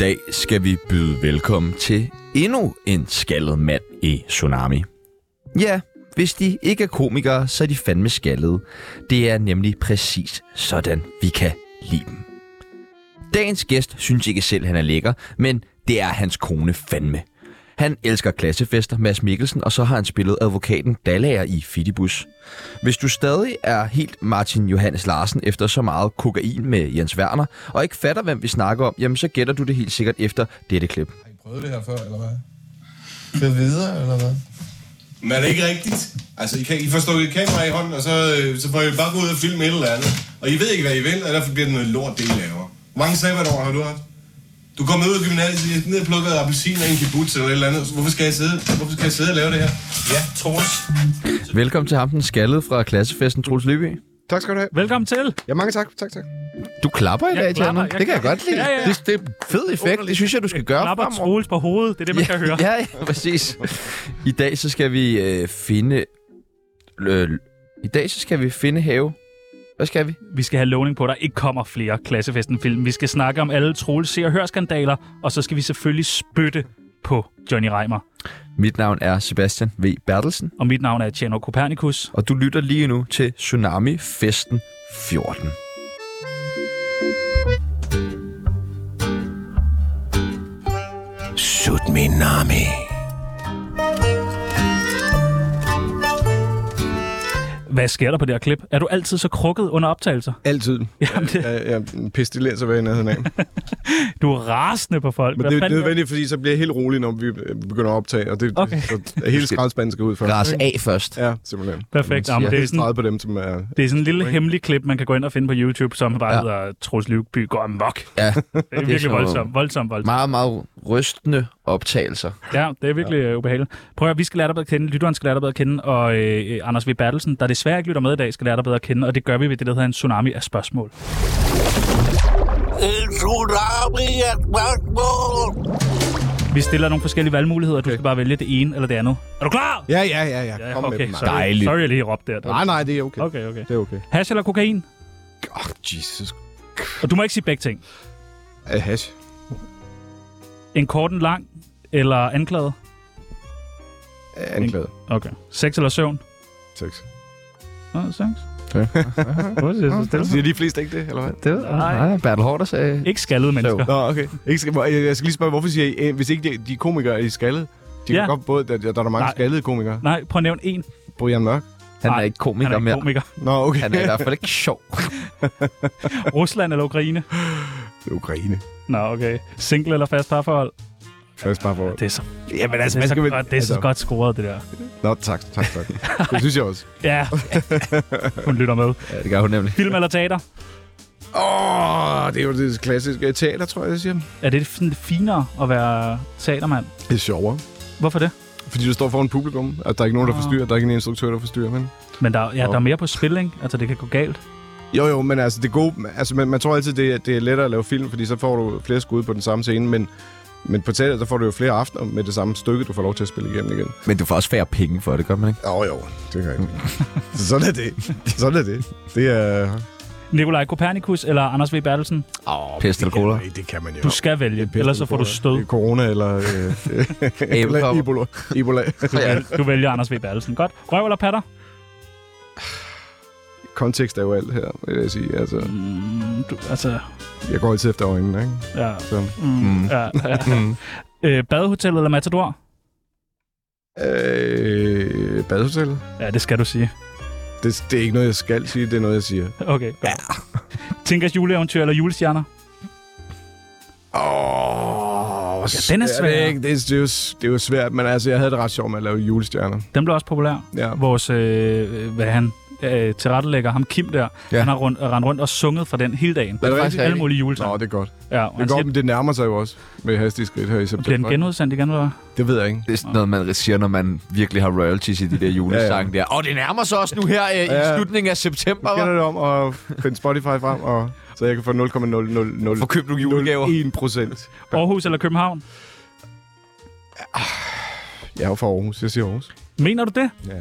dag skal vi byde velkommen til endnu en skaldet mand i Tsunami. Ja, hvis de ikke er komikere, så er de fandme skaldede. Det er nemlig præcis sådan, vi kan lide dem. Dagens gæst synes ikke selv, han er lækker, men det er hans kone fandme. Han elsker klassefester, Mads Mikkelsen, og så har han spillet advokaten Dallager i Fidibus. Hvis du stadig er helt Martin Johannes Larsen efter så meget kokain med Jens Werner, og ikke fatter, hvem vi snakker om, jamen så gætter du det helt sikkert efter dette klip. Har I prøvet det her før, eller hvad? Det videre, eller hvad? Men er det ikke rigtigt? Altså, I, kan, I får stukket et kamera i hånden, og så, øh, så får I bare gå ud og filme et eller andet. Og I ved ikke, hvad I vil, og derfor bliver det noget lort, det I laver. Hvor mange sabbatår har du haft? Du kommer ud af gymnasiet, ned og plukker appelsiner i en kibbutz eller et eller andet. Hvorfor skal jeg sidde, hvorfor skal jeg sidde og lave det her? Ja, Troels. Velkommen til ham, den skaldede fra klassefesten, Troels Lyby. Tak skal du have. Velkommen til. Ja, mange tak. Tak, tak. Du klapper i Jeg dag, klapper, Tjerno. jeg Det kan jeg godt lide. Ja, ja, ja. Det, det er en fed effekt. Det synes jeg, du skal gøre Klapper fremover. Troels på hovedet. Det er det, man kan høre. Ja, ja, præcis. I dag så skal vi øh, finde... Øh, I dag så skal vi finde have... Hvad skal vi? Vi skal have lovning på, at der ikke kommer flere Klassefesten-film. Vi skal snakke om alle Troels se- og hørskandaler, og så skal vi selvfølgelig spytte på Johnny Reimer. Mit navn er Sebastian V. Bertelsen, Og mit navn er Tjerno Kopernikus. og du lytter lige nu til Tsunami Festen 14. Sut min nami. Hvad sker der på det her klip? Er du altid så krukket under optagelser? Altid. Jamen, det, Jeg, jeg pestilerer hvad jeg nærheden af. du er rasende på folk. Men Hvad det er fanden- nødvendigt, fordi så bliver jeg helt rolig, når vi øh, begynder at optage. Og det, Okay. okay. så er hele skraldspanden skal ud for. Ras af først. Ja, simpelthen. Perfekt. Man Jamen, siger det, er Jeg sådan, er på dem, som er... det er sådan en lille hemmelig klip, man kan gå ind og finde på YouTube, som bare Ja. ja. hedder Troels Lyvby går amok. Det Ja, er sådan virkelig noget. voldsomt, voldsomt, voldsomt. meget, meget rystende optagelser. Ja, det er virkelig ja. ubehageligt. Prøv at høre, vi skal lære dig bedre at kende, lytteren skal lære dig bedre at kende, og øh, øh, Anders V. Bertelsen, der desværre ikke lytter med i dag, skal lære dig bedre at kende, og det gør vi ved det, der hedder en tsunami af spørgsmål. En tsunami er et spørgsmål. Vi stiller nogle forskellige valgmuligheder, og du skal bare vælge det ene eller det andet. Er du klar? Ja, ja, ja, ja. Kom med okay, dem. sorry, Dejligt. sorry, jeg lige råbte der. Nej, nej, det er okay. Okay, okay. Det er okay. Hash eller kokain? Oh, Jesus. Og du må ikke sige begge ting. Uh, hash. En kort, en lang eller anklaget? Øh, Anklaget. Okay. Sex eller søvn? Sex. Nå, sex. Okay. Hvorfor siger du så stille? Siger de fleste ikke det, eller hvad? Det Nej. nej, Bertel Hårder sagde... Ikke skaldede mennesker. Nå, okay. Ikke skal, jeg jeg skal lige spørge, hvorfor siger I, øh, hvis ikke de, de komikere er de skaldede? De Ja. ja. kan godt både, der, der, der er mange Nej. skaldede komikere. Nej, prøv at nævne en. Brian Mørk. Han er Nej, ikke Han komiker er ikke mere. komiker. Nå, okay. Han er i hvert fald ikke sjov. Rusland eller Ukraine? Det er Ukraine. Nå, okay. Single eller fast parforhold? Først bare for... Det er så Jamen Altså, det, er så skal man- godt, det er så altså- godt scoret, det der. Nå, tak, tak, tak. Det synes jeg også. Ja, hun lytter med. Ja, det gør hun nemlig. Film eller teater? Åh, oh, det er jo det klassiske teater, tror jeg, jeg siger. Er det sådan lidt finere at være teatermand? Det er sjovere. Hvorfor det? Fordi du står foran publikum, og der er ikke nogen, der forstyrrer. Der er ikke en instruktør, der forstyrrer. Men... Men der, ja, Nå. der er mere på spil, ikke? Altså, det kan gå galt. Jo, jo, men altså det gode... Altså, man, man tror altid, det, er- det er lettere at lave film, fordi så får du flere skud på den samme scene, men men på teater, der får du jo flere aftener med det samme stykke, du får lov til at spille igennem igen. Men du får også færre penge for det, gør man ikke? Jo, jo, det gør jeg ikke. Så sådan er det. Sådan er det. Det er... Nikolaj Kopernikus eller Anders V. Bertelsen? Oh, Pest eller kolera? Det kan man jo. Du skal vælge, Det er ellers så får du pest stød. eller Corona eller... Øh, eller Æblekopper. Ebola. Ebola. Du vælger Anders V. Bertelsen. Godt. Røv eller patter? Kontekst er jo alt her, vil jeg sige. Altså, Mm, du, altså, Jeg går altid efter øjnene, ikke? ja. Så, Mm, mm. ja, ja. øh, badehotel eller Matador? øh, badehotellet? Ja, det skal du sige. Det, det er ikke noget, jeg skal sige, det er noget, jeg siger. Okay. Ja. Tinkas juleeventyr eller julestjerner? Åh, oh, Ja, den er svær. Det, er ikke- det, er, det, er jo, s- det er jo svært, men altså, jeg havde det ret sjovt med at lave julestjerner. Den blev også populær. Ja. vores, øh, hvad er han øh, tilrettelægger, ham Kim der, ja. Ja. han har rundt, rendt rundt og sunget for den hele dagen. Er det faktisk rigtigt? Alle mulige Nå, julesange. det er godt. Ja, og Det, er han siger, godt, men det nærmer sig jo også med hastige skridt her i bliver den september. genudsendt igen, eller hvad? Det ved jeg ikke. Det er sådan noget, man siger, når man virkelig har royalties i de der julesange der. Og det nærmer sig også nu her øh, Ja. i slutningen af september. Jeg hva'? gælder det om at finde Spotify frem, og, så jeg kan få 0,000... Får købt nogle julegaver. 1 procent. Aarhus eller København? Jeg er jo fra Aarhus. Jeg siger Aarhus. Mener du det? Ja.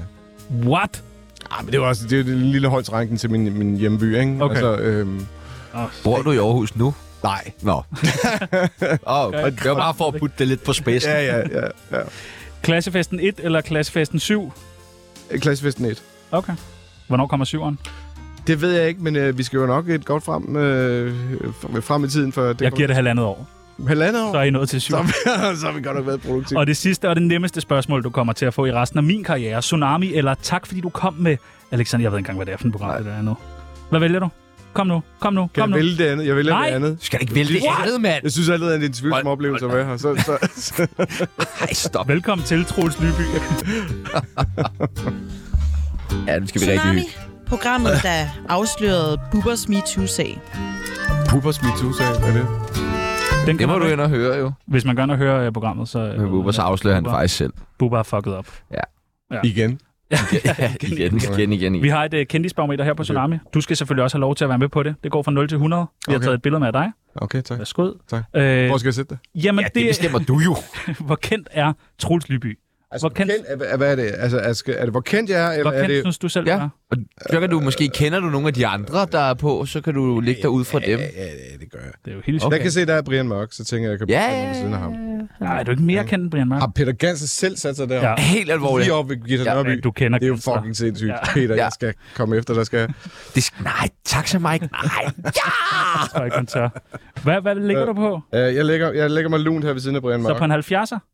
What? Ah, men det er jo også det, er jo den lille holdsranken til min, min hjemby, ikke? Okay. Altså, øhm, Oh, Bor du i Aarhus nu? Nej. Nå. Åh, okay. Det var bare for at putte det lidt på spidsen. Ja, ja, ja. ja. Klassefesten 1 eller klassefesten 7? Klassefesten 1. Okay. Hvornår kommer 7'eren? Det ved jeg ikke, men øh, vi skal jo nok et godt frem, øh, frem i tiden. For det Jeg giver det halvandet år. kommer- halvandet år. Så er I nået til 7. så har vi godt nok været produktive. Og det sidste og det nemmeste spørgsmål, du kommer til at få i resten af min karriere. Tsunami eller tak, fordi du kom med... Alexander, jeg ved ikke engang, hvad det er for et program, det der er nu. Hvad vælger du? Kom nu, kom nu, kom Kan jeg nu. vælge det andet? Jeg vælger Nej. det andet. Skal det ikke vælge det andet, mand? Jeg synes allerede, at det er en tvivlsom Hold- oplevelse at være her. Så, så, så, Nej, stop. Velkommen til Troels Lyby. Ja, nu skal vi rigtig Tsunami, hygge. programmet, der afslørede Bubbers MeToo-sag. Puppers Me Too sag, hvad er det? Den Det kan må man du ikke- ind og høre, jo. Hvis man gør noget hører øh, programmet, så... øh, Med Bubber, så afslører han det Bubber- faktisk selv. Bubber er fucket op. Igen. Ja, igen, igen, igen, Vi igen. har et uh, kendisbarometer her på Tsunami. Du skal selvfølgelig også have lov til at være med på det. Det går fra 0 til 100. Vi har Okay. taget et billede med af dig. Okay, tak. Værsgo. Tak. Øh, Hvor skal jeg sætte det? jamen, Ja, det, det bestemmer du jo. hvor kendt er Troels Lyby? Altså, hvor kendt, Kendt, er, hvad er det? Altså, er, skal, er det, hvor kendt jeg er, eller hvor er kendt det... synes du selv, Ja. ja. er? Og så kan du måske, kender du nogle af de andre, der er på, så kan du ligge dig ud fra dem. Ja, ja, det gør jeg. Det er jo helt Okay. okay. Jeg kan se, der er Brian Mørk, så tænker jeg, jeg kan Ja, blive ja, ved siden af ham. Nej, er du ikke mere kendt end Brian Mørk? Har Peter Ganser selv sat sig der? Ja. Helt alvorligt. Lige op ved Gita Ja, Nørby. men du kender det er jo Ganser. fucking sindssygt. Ja. Peter, Ja. jeg skal komme efter, der skal... Det, sk- nej, tak så Mike. Nej, ja! Jeg tror ikke, han tør. Hvad, hvad ligger du på? Uh, jeg, lægger, jeg lægger mig lunt her ved siden af Brian Så Mørk. på en 70'er?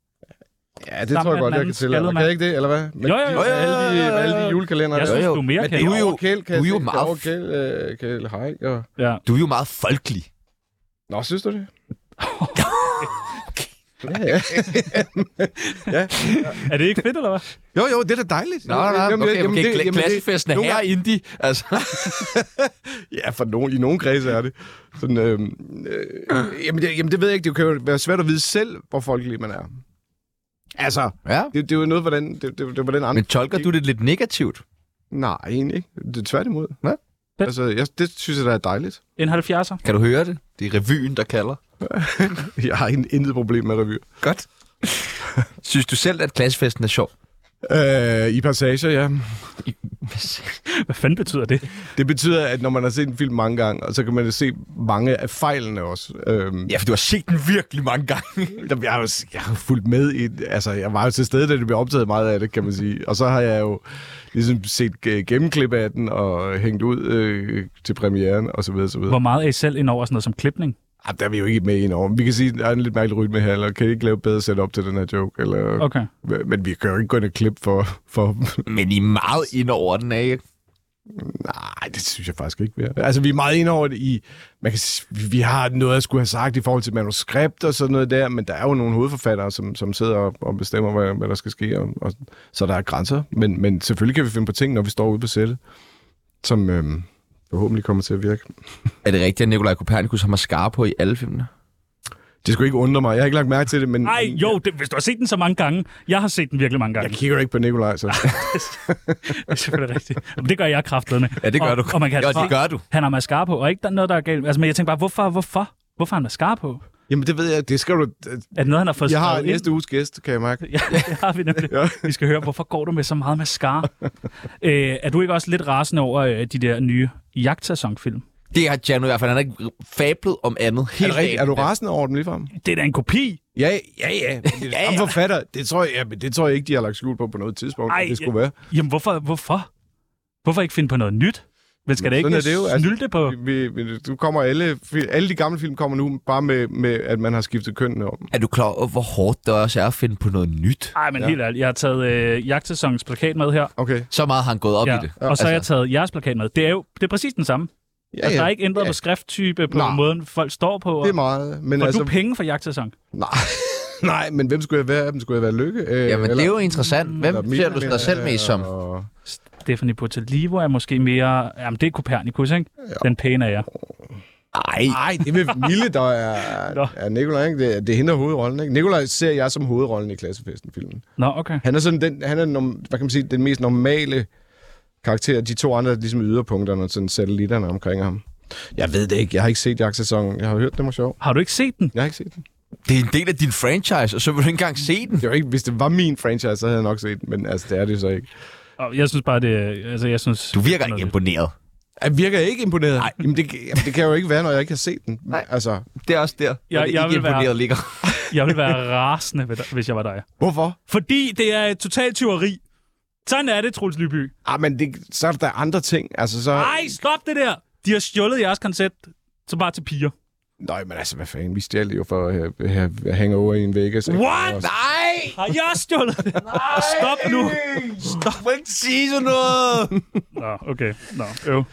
Ja, det Sammen tror jeg med godt, den jeg anden kan tillade. skaldede mig. Kan mand. jeg ikke det, eller hvad? Med Jo, jo, jo, de- jo, Alle jo, jo, de, jo, alle jo. de julekalender. Jeg der. synes, jo. du er mere Men kendt. Altså, du er jo- Overkæl, kan du jeg er jo se. meget- Overkæl, øh, Kæl Haik og... Ja. Du er jo meget folkelig. Nå, synes du det? Ja, ja. Er det ikke fedt, eller hvad? Jo, jo, det er da dejligt. Nå, nej, nej, Jamen, okay, jamen, okay, det- okay. jamen, det- Klassefesten er nogle her, gange- Indy. Altså, Ja, for nogen, i nogle kredse er det. Sådan, øh, øh, jamen, det, jamen, det ved jeg ikke. Det kan jo være svært at vide selv, hvor folkelig man er. Altså, ja. det, det er jo noget, hvordan, det, det, det, hvordan andre... Men tolker du det lidt negativt? Nej, egentlig ikke. Det er tværtimod. Hvad? Altså, jeg, det synes jeg, der er dejligt. En 70'er? Kan du høre det? Det er revyen, der kalder. Jeg har in- intet problem med revyer. Godt. Synes du selv, at klassefesten er sjov? Øh, I passager, ja. Hvad fanden betyder det? Det betyder, at når man har set en film mange gange, og så kan man se mange af fejlene også. Øhm, Ja, for du har set den virkelig mange gange. Jamen, Jeg har jo jeg har jo fulgt med i... Altså, jeg var jo til stede, da det blev optaget meget af det, kan man sige. Og så har jeg jo ligesom set øh, gennemklip af den og hængt ud øh, til premieren og så videre, så Hvor videre. meget er I selv ind over sådan noget som klipning? Jamen, der er vi jo ikke med i over. Vi kan sige, at der er en lidt mærkelig rytme her, eller kan I ikke lave et bedre setup til den her joke? Eller, Okay. Men vi kan jo ikke gå ind og klippe for... for Men I er meget ind over den, er I ikke? Nej, det synes jeg faktisk ikke, vi er. Altså, vi er meget inde over det i... Man kan, s- vi- vi har noget at skulle have sagt i forhold til manuskript og sådan noget der, men der er jo nogle hovedforfattere, som, som sidder og, og bestemmer, hvad, hvad der skal ske, og, og, så der er grænser. Men, men selvfølgelig kan vi finde på ting, når vi står ude på sættet, som øhm, forhåbentlig kommer til at virke. Er det rigtigt, at Nikolaj Kopernikus har mascara på i alle filmene? Det skulle ikke undre mig. Jeg har ikke lagt mærke til det, men... Ej, jo, det, hvis du har set den så mange gange. Jeg har set den virkelig mange gange. Jeg kigger jo ikke på Nikolaj, så... Det er selvfølgelig rigtigt. Men det gør jeg kraftedet med. Ja, det gør og, du. Og man kan ja, altså det gør du. Han har mascara på, og ikke der er noget, der er galt. Altså, men jeg tænker bare, hvorfor, hvorfor? Hvorfor har han mascara på? Jamen, det ved jeg. Det skal du... Er det noget, han har fået Jeg har skrevet ind? næste uges gæst, kan jeg mærke. Ja, det har vi nemlig. ja. Vi skal høre, hvorfor går du med så meget mascara? Æ, er du ikke også lidt rasende over øh, de der nye jagtsæsonfilm? Det har Janu i hvert fald. Han har ikke fablet om andet. Er Helt du, rigtig- er du dagen. rasende over dem ligefrem? Det er da en kopi. Ja, ja, ja. Men Det er ja, ja. forfatter. Det tror, jeg, ja, men det tror jeg ikke, de har lagt skjul på på noget tidspunkt, Ej, Ej, at det skulle være. Jamen, hvorfor? Hvorfor, hvorfor ikke finde på noget nyt? Men skal Nå, det ikke sådan er det jo. Altså, snylde det på? Vi, vi, du kommer alle, fi- alle de gamle film kommer nu bare med, med at man har skiftet kønnene om. Er du klar over, hvor hårdt det også er at finde på noget nyt? Nej, men Ja. ja. helt ærligt. Jeg har taget øh, jagtsæsonens plakat med her. Okay. Så meget har han gået op Ja. i det. Altså, Og så har jeg taget jeres plakat med. Det er jo det er præcis den samme. altså. Ja, Altså, der er ja. ikke ændret ja. på skrifttype, på Nej. måden folk står på. Og... Det er meget. Men Får altså, altså... du penge for jagtsæson? nej, nej, men hvem skulle jeg være? Hvem skulle jeg være lykke? Øh, Jamen, det er jo interessant. Hvem eller ser du Mia, dig selv øh, mest som? og- Stephanie Potalivo er måske mere... Jamen, det er Copernicus, ikke? Ja. Den pæne er jeg. Nej. Nej, det er Mille, der er, Nå. er Nikolaj. Ikke? Det, er- det er hende, der er hovedrollen. Ikke? Nikolaj ser jeg som hovedrollen i klassefesten-filmen. Nå, okay. Han er sådan den, han er, norm- hvad kan man sige, den mest normale karakter. De to andre er ligesom yderpunkterne og sådan satellitterne omkring ham. Jeg ved det ikke. Jeg har ikke set jagtsæsonen. Jeg har hørt, den var sjov. Har du ikke set den? Jeg har ikke set den. Det er en del af din franchise, og så vil du ikke engang se den. Det var ikke, hvis det var min franchise, så havde jeg nok set den, men altså, det er det jo så ikke. Og jeg synes bare, det... er- Altså, jeg synes... Du virker Nå, ikke det- imponeret. Jeg virker ikke imponeret. Nej. Jamen, det, jamen, det kan jo ikke være, når jeg ikke har set den. Nej. Altså, Det er også der, ja, det jeg ikke vil være- imponeret ligger. Jeg ville være rasende, ved dig, hvis jeg var dig. hvorfor? Fordi det er et totalt tyveri. Sådan er det, Troels Lyby. Ah, men det, så er der andre ting. Altså, så... Ej, stop det der! De har stjålet jeres koncept, så bare til piger. Nej, men altså, hvad fanden? Vi stjal det jo for at have- have hangover i en Vegas. ikke? What? Nej! Har jeg også stjålet det? Stop nu! Du må ikke sige sådan noget! Nå, okay. Nå, øv.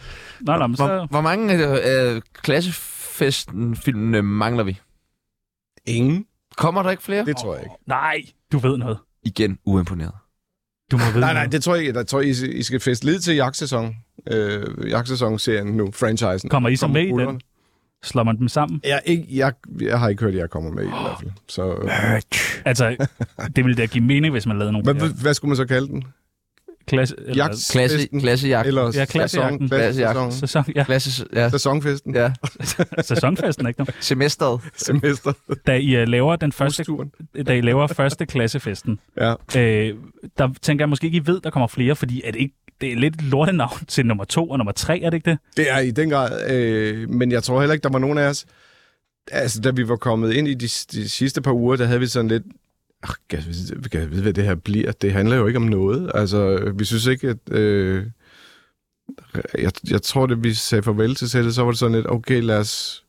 Nå, nå, men Hvor, så... hvor mange øh, øh, klassefesten-filmene mangler vi? Ingen. Kommer der ikke flere? Det tror jeg ikke. Nej, du ved noget. Igen uimponeret. Du må vide Nej, nej, noget. det tror jeg ikke. Der tror jeg, I, I skal feste lidt til jagtsæson. Øh, jagtsæson-serien nu, franchisen. Kommer I så med i den? rullerne. Slår man dem sammen? Jeg, ikke, jeg, jeg har ikke hørt, at jeg kommer med i, i hvert fald. Så, øh, Altså, det ville da give mening, hvis man lavede nogle... hvad, hvad, hvad skulle man så kalde den? Klasse... eller- Jagt- Klasse, Festen. klassejagt. Altså, Eller Ja, klassejagten. sæson, klassejagten. Sæson, Sæson, ja, Klasse, ja. sæsonfesten. ja. sæsonfesten, ikke? noget? Semesteret. Semester. Da I øh, laver den første, Husturen. da I laver første klassefesten, Ja. øh, der tænker jeg måske ikke, I ved, der kommer flere, fordi er det, ikke, det er lidt et lortenavn til nummer to og nummer tre, er det ikke det? Det er i den grad, øh, men jeg tror heller ikke, der var nogen af os. Altså, da vi var kommet ind i de, de sidste par uger, der havde vi sådan lidt, "Ah, kan jeg, vide- kan jeg vide, hvad det her bliver? Det handler jo ikke om noget. Altså, vi synes ikke, at... Øh, jeg, jeg tror, det vi sagde farvel til sættet, så var det sådan lidt, okay, lad os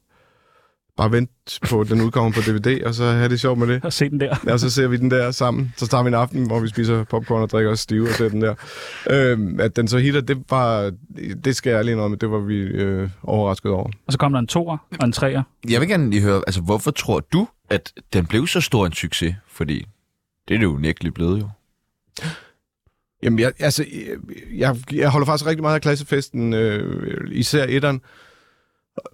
bare vente på, at den udkommer på DVD, og så have det sjovt med det. Og se den der. Og så ser vi den der sammen. Så tager vi en aften, hvor vi spiser popcorn og drikker os stive og ser den der. Øhm, at den så hitter, det var... Det skal jeg ærlig indrømme, det var vi øh, overrasket over. Og så kommer der en toer og en treer. Jeg vil gerne lige høre, altså hvorfor tror du, at den blev så stor en succes? Fordi det er det jo nægteligt blevet jo. Jamen, jeg, altså, jeg, jeg holder faktisk rigtig meget af klassefesten, øh, især etteren.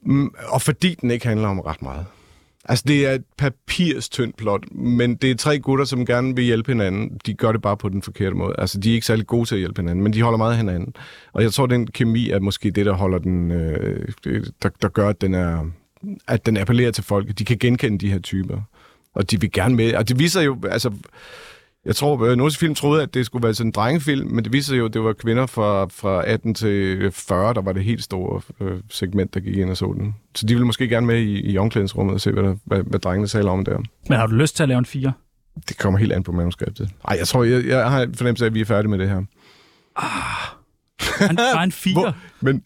Mm, Og fordi den ikke handler om ret meget. Altså, det er et papirstyndt plot, men det er tre gutter, som gerne vil hjælpe hinanden. De gør det bare på den forkerte måde. Altså, de er ikke særlig gode til at hjælpe hinanden, men de holder meget af hinanden. Og jeg tror, den kemi er måske det, der holder den, øh, der, der gør, at den, er, at den appellerer til folk. De kan genkende de her typer, og de vil gerne med. Og det viser jo, altså, jeg tror, at Nordisk Film troede, at det skulle være sådan en drengefilm, men det viste sig jo, at det var kvinder fra, fra 18 til 40, der var det helt store øh, segment, der gik ind og så den. Så de ville måske gerne med i, i omklædningsrummet og se, hvad, der, hvad, hvad drengene taler om der. Men har du lyst til at lave en fire? Det kommer helt an på manuskriptet. Ej, jeg tror, jeg, jeg har en fornemmelse af, at vi er færdige med det her. En, bare en fire? Hvor, men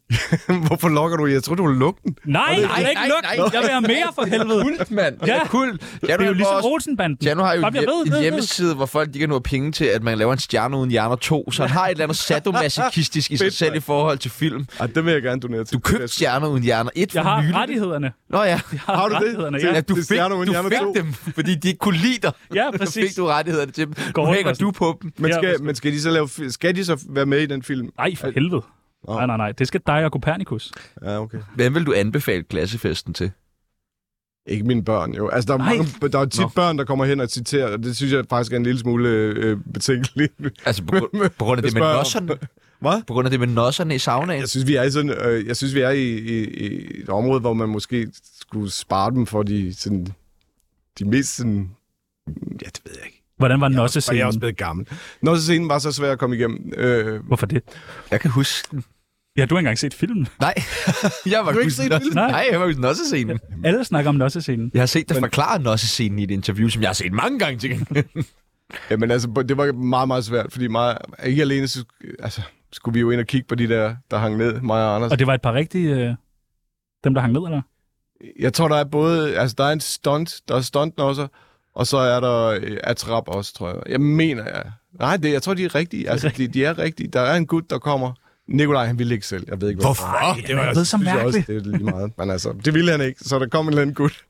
hvorfor lokker du? Jeg tror, du vil lukke den. Nej, jeg vil ikke nej, lukke. nej, Jeg vil have mere for helvede. Kult, mand. Ja. Kult. Det er jo ligesom Olsenbanden. Janu har jo Bare en, bliver ved, hjem- ved, en ved. hjemmeside, hvor folk de kan nå penge til, at man laver en stjerne uden hjerner 2, så han har et eller andet sadomasochistisk i sig Fedt, selv i forhold til film. Ej, det vil jeg gerne donere til. Du købte stjerner uden hjerner 1 for Jeg har nylig. rettighederne. Nå ja. Jeg Har du det? rettighederne, Til- Ja. ja du Det er fik, Stjerner uden du hjerner fik 2. dem, fordi de ikke kunne lide dig. ja, Så præcis. fik du rettighederne til dem. Nu Går hænger Rasmussen. du på dem. Men Ja, skal, undskyld. men skal, de så lave, skal de så være med i den film? Nej, for helvede. Nej, nej, nej. Det skal dig og Copernicus. Ja, okay. Hvem vil du anbefale klassefesten til? Ikke mine børn, jo. Altså, der er, Nej. mange, der er jo tit Nå. børn, der kommer hen og citerer, og det synes jeg faktisk er en lille smule øh, betænkeligt. Altså på, grund- på grund af Jeg det med spørger- nosserne? Hvad? På grund af det med nosserne i saunaen? Jeg synes, vi er i, sådan, øh, jeg synes, vi er i, i, i et område, hvor man måske skulle spare dem for de, sådan, de mest sådan... Ja, det ved jeg ikke. Hvordan var Og jeg er også Nosse-scenen? blevet gammel. Når scenen var så svær at komme igennem. Øh, Hvorfor det? Jeg kan huske den. Ja, du har ikke engang set filmen. Nej, jeg var Du har ikke huske set den. filmen? Nej, jeg var huske nossescenen. Alle snakker om Nosse-scenen. Jeg har set dig forklare nossescenen i et interview, som jeg har set mange gange til gengæld. Jamen altså, det var meget, meget svært, fordi mig, ikke alene så, altså, skulle vi jo ind og kigge på de der, der hang ned, mig og Anders. Og det var et par rigtige... Øh, dem, der hang ned, eller? Jeg tror, der er både... Altså, der er en stunt, der er stunt også, og så er der øh, atrap også, tror jeg. Jeg mener, jeg... Nej, det, jeg tror, de er rigtige. Altså, de, de er rigtige. Der er en gut, der kommer. Nikolaj, han ville ikke selv. Jeg ved ikke, hvorfor. Ej, det var blevet så Synes jeg også, mærkeligt. det er lige meget. Men altså, det ville han ikke. Så der kom en eller anden gut.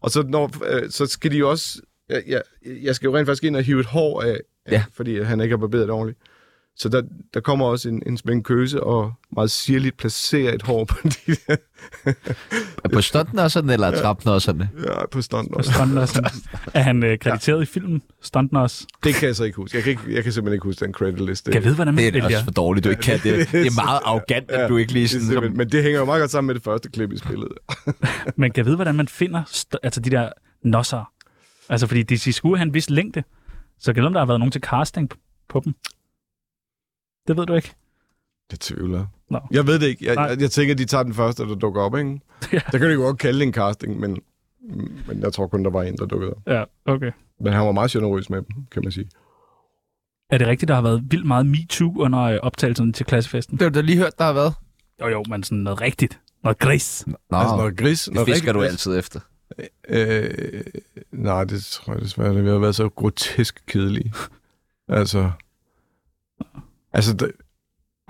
Og så, når, øh, så skal de jo også... Jeg, jeg, jeg skal jo rent faktisk ind og hive et hår af, Ja. ja. fordi han ikke har barberet det ordentligt. Så der, der kommer også en, en spænd køse og meget sirligt placerer et hår på, de der, På stuntnosserne eller trapnosserne? ja, på stunt også. Stuntnossen. Er han øh, krediteret i filmen? Stuntnoss. Det kan jeg så ikke huske. Jeg kan, ikke, jeg kan simpelthen ikke huske den credit list. Det, Kan jeg vide, hvordan man Det er da vælger? også for dårligt, du ikke kan det. Det er meget arrogant, at du ikke lige det er sådan... simpelthen- Som, men det hænger jo meget godt sammen med det første klip i spillet. Man kan vide, hvordan man finder st- altså de der nosser. Altså, fordi de skulle have en vis længde. Så kan jeg vide, om der har været nogen til casting p- på dem. Det ved du ikke. Det tvivler jeg. Nå. Jeg ved det ikke. Jeg, Nej. jeg, jeg tænker, de tager den første, der dukker op, ikke? Ja. Der kan de jo godt kalde det en casting, men, men jeg tror kun, der var en, der dukkede op. Ja, okay. Men han var meget generøs med dem, kan man sige. Er det rigtigt, der har været vildt meget MeToo under øh, optagelsen til klassefesten? Det har du da lige hørt, der har været. Jo, jo, men sådan noget rigtigt. Noget gris. Nå, Altså, Ah. når gris... når det fisker rigtig du gris- altid efter. Øh, nej, det tror jeg desværre. Det har været så grotesk kedelige. altså... Ah. Altså... Det,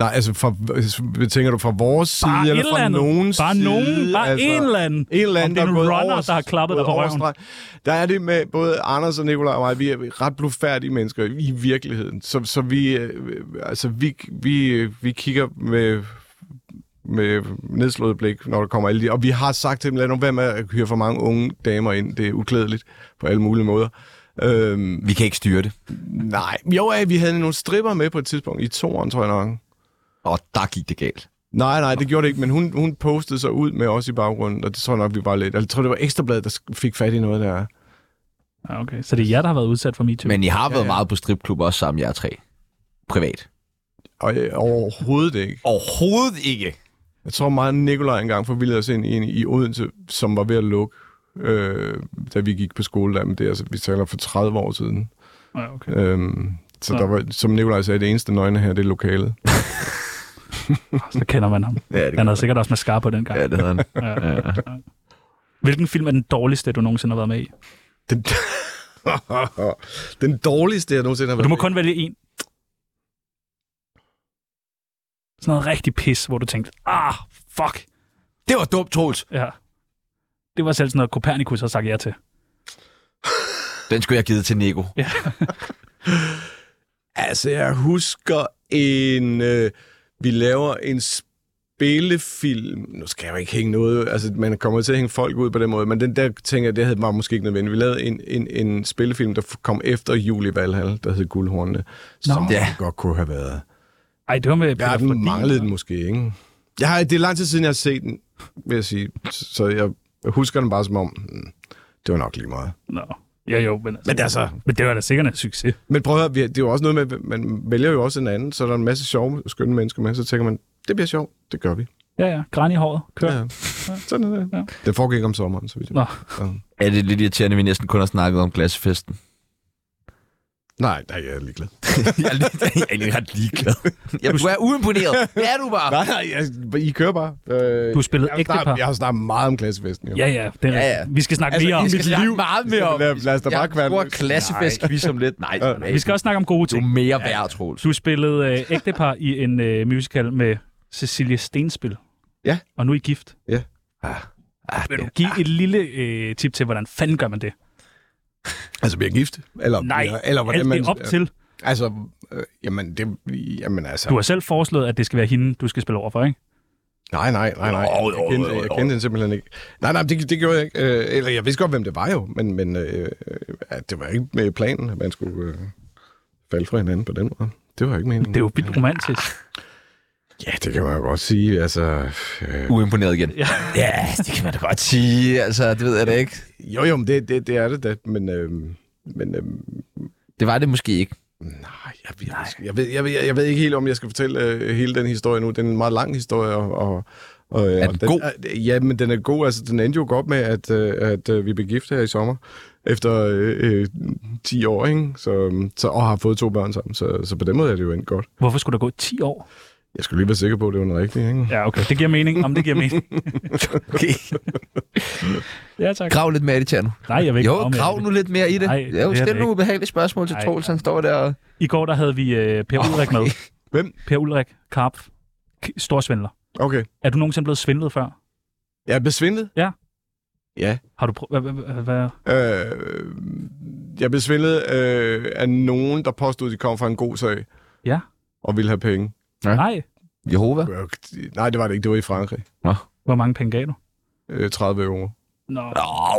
nej, altså, fra, altså, tænker du fra vores side, Bare eller et fra eller andet. nogens Bare side? nogen, bare altså, en eller anden. en eller Om anden, det er der en er gået runner, over, der har klappet dig gået på over røven. stregen. Der er det med både Anders og Nikolaj og mig, vi er ret blufærdige mennesker i virkeligheden. Så, så vi, øh, altså, vi, vi, øh, vi kigger med med nedslået blik, når der kommer alle de... Og vi har sagt til dem, lad nu være med at hyre for mange unge damer ind. Det er uklædeligt på alle mulige måder. Øhm, Vi kan ikke styre det. nej. Jo, ja, vi havde nogle stripper med på et tidspunkt. I toeren, tror jeg nok. Og der gik det galt. Nej, nej, det gjorde det ikke, men hun, hun postede sig ud med os i baggrunden, og det tror jeg nok, vi var lidt... Jeg tror, det var Ekstrabladet, der sk- fik fat i noget der. Ja, okay. Så det er jer, der har været udsat for MeToo? Men I har været ja. meget på stripklubber også sammen, jer tre. Privat. Og øh, overhovedet ikke. Overhovedet ikke. Jeg tror meget, Nikolaj engang forvildede os ind i, en i Odense, som var ved at lukke, øh, da vi gik på skole der, men det er altså, vi taler for 30 år siden. Ja, okay. Øhm, så Ja. der var, som Nikolaj sagde, det eneste nøgne her, det er lokalet. Så kender man ham. Ja, det Han havde sikkert også mascara på den gang. Ja, det havde han. Ja. Hvilken film er den dårligste, du nogensinde har været med i? Den, den dårligste, jeg nogensinde har været Du må med i. kun vælge en. Sådan noget rigtig pis, hvor du tænkte, ah, fuck. Det var dumt, Troels. Ja. Det var selv sådan noget, Copernicus har sagt ja til. Den skulle jeg have givet til Nico. Altså, jeg husker en... Øh, vi laver en spillefilm. Nu skal jeg jo ikke hænge noget... Altså, man kommer til at hænge folk ud på den måde, men den der tænker jeg, det havde- var måske ikke nødvendigt. Vi lavede en, en, en spillefilm, der kom efter Juli Valhall, der hed Guldhornene, Nå. som Ja. ja. godt kunne have været. Ej, det var med Ja, Peter den Frödin. manglede den måske, ikke? Jeg har, det er lang tid siden, jeg har set den, vil jeg sige. Så jeg husker den bare som om, hmm, det var nok lige meget. Nå. Ja, jo, men, altså, Men altså- men det var da sikkert en succes. Men prøv at høre, vi- det er jo også noget med, at man vælger jo også en anden, så er der en masse sjove, skønne mennesker med, så tænker man, det bliver sjovt, det gør vi. Ja, ja. Græn i håret. Kør. Ja. Ja. Sådan er det. Ja. Ja. Det foregik om sommeren, så vidt jeg Nå. Ja. Er det lidt irriterende, at vi næsten kun har snakket om glasfesten? Nej, nej, jeg er ligeglad. jeg er lidt- jeg er egentlig ret ligeglad. Jamen, du er uimponeret. Det er du bare. Nej, nej, jeg, I kører bare. Øh, Ah. Du spillede jeg har ægtepar. snakket- Jeg har snakket meget om klassefesten, jo. Ja, ja. Det er Ja, ja, ja. ja. Vi skal snakke altså, Altså, mere om I mit skal snakke liv. meget mere om. Lad- lad os da Jeg bare har kværne en stor løs. klassefest-quiz om lidt. Nej, nej. Vi skal også snakke om gode Du ting. er mere værd, Troels. Du spillede øh, ægtepar i en øh, musical med Cecilie Stenspil. Ja. Og nu er I gift. Ja. Ah, Vil du give et lille øh, tip til, hvordan fanden gør man det? Altså, bliver jeg gift? Eller, Nej, eller, eller hvordan Alt man... det op til. Altså, øh, jamen, det... Jamen, altså... Du har selv foreslået, at det skal være hende, du skal spille over for, ikke? Nej, nej, nej, nej. Jo, jo, jeg, kendte, jo, jo. jeg kendte hende simpelthen ikke. Nej, nej, men det, det gjorde jeg ikke. Øh, eller jeg vidste godt, hvem det var jo, men, men øh, øh, det var ikke med planen, at man skulle øh, falde fra hinanden på den måde. Det var ikke meningen. Det er jo vildt romantisk. Ja, det kan man jo godt sige. Altså, øh, Uimponeret igen. Ja. ja, det kan man da godt sige. Altså, det ved jeg da ikke. jo, jo, men det, det, det er det da, men... Øh, men øh, Det var det måske ikke. nej, jeg, ved- jeg, ved, jeg, ved, jeg, jeg ved ikke helt, om jeg skal fortælle øh, hele den historie nu. Det er en meget lang historie, og... og og, øh, Er og den god? er- ja, men den er god. Altså, den endte jo godt med, at, øh, at øh, vi blev gift her i sommer, efter øh, øh, 10 år, ikke? Så, øh, så, og har fået to børn sammen. Så, så på den måde er det jo endt godt. Hvorfor skulle der gå 10 år? Jeg skulle lige være sikker på, at det var den rigtige, ikke? Ja, okay. Det giver mening. Om det giver mening. Okay. Ja, tak. Grav lidt mere i det, Tjerno. Nej, jeg vil ikke Jo, grave mere i grav det. nu lidt mere i det. Nej, Nej, det er jo, det stil nogle ikke. ubehagelige spørgsmål til Nej, Troels. nej. Han står der og... I går der havde vi øh, Per Ulrik med. Hvem? Per Ulrik Karp. K- Stor svindler. Okay. Er du nogensinde blevet svindlet før? Jeg er besvindlet. Har du prøvet... Hvad, hvad, hvad? Øh, jeg blev svindlet øh, af nogen, der påstod, at de kom fra en god sag. Ja. Og ville have penge. Nej. Jehova? Det var jo- Nej, det var det ikke. Det var i Frankrig. Hvor mange penge gav du? Øh, 30 euro. Nå. Nå,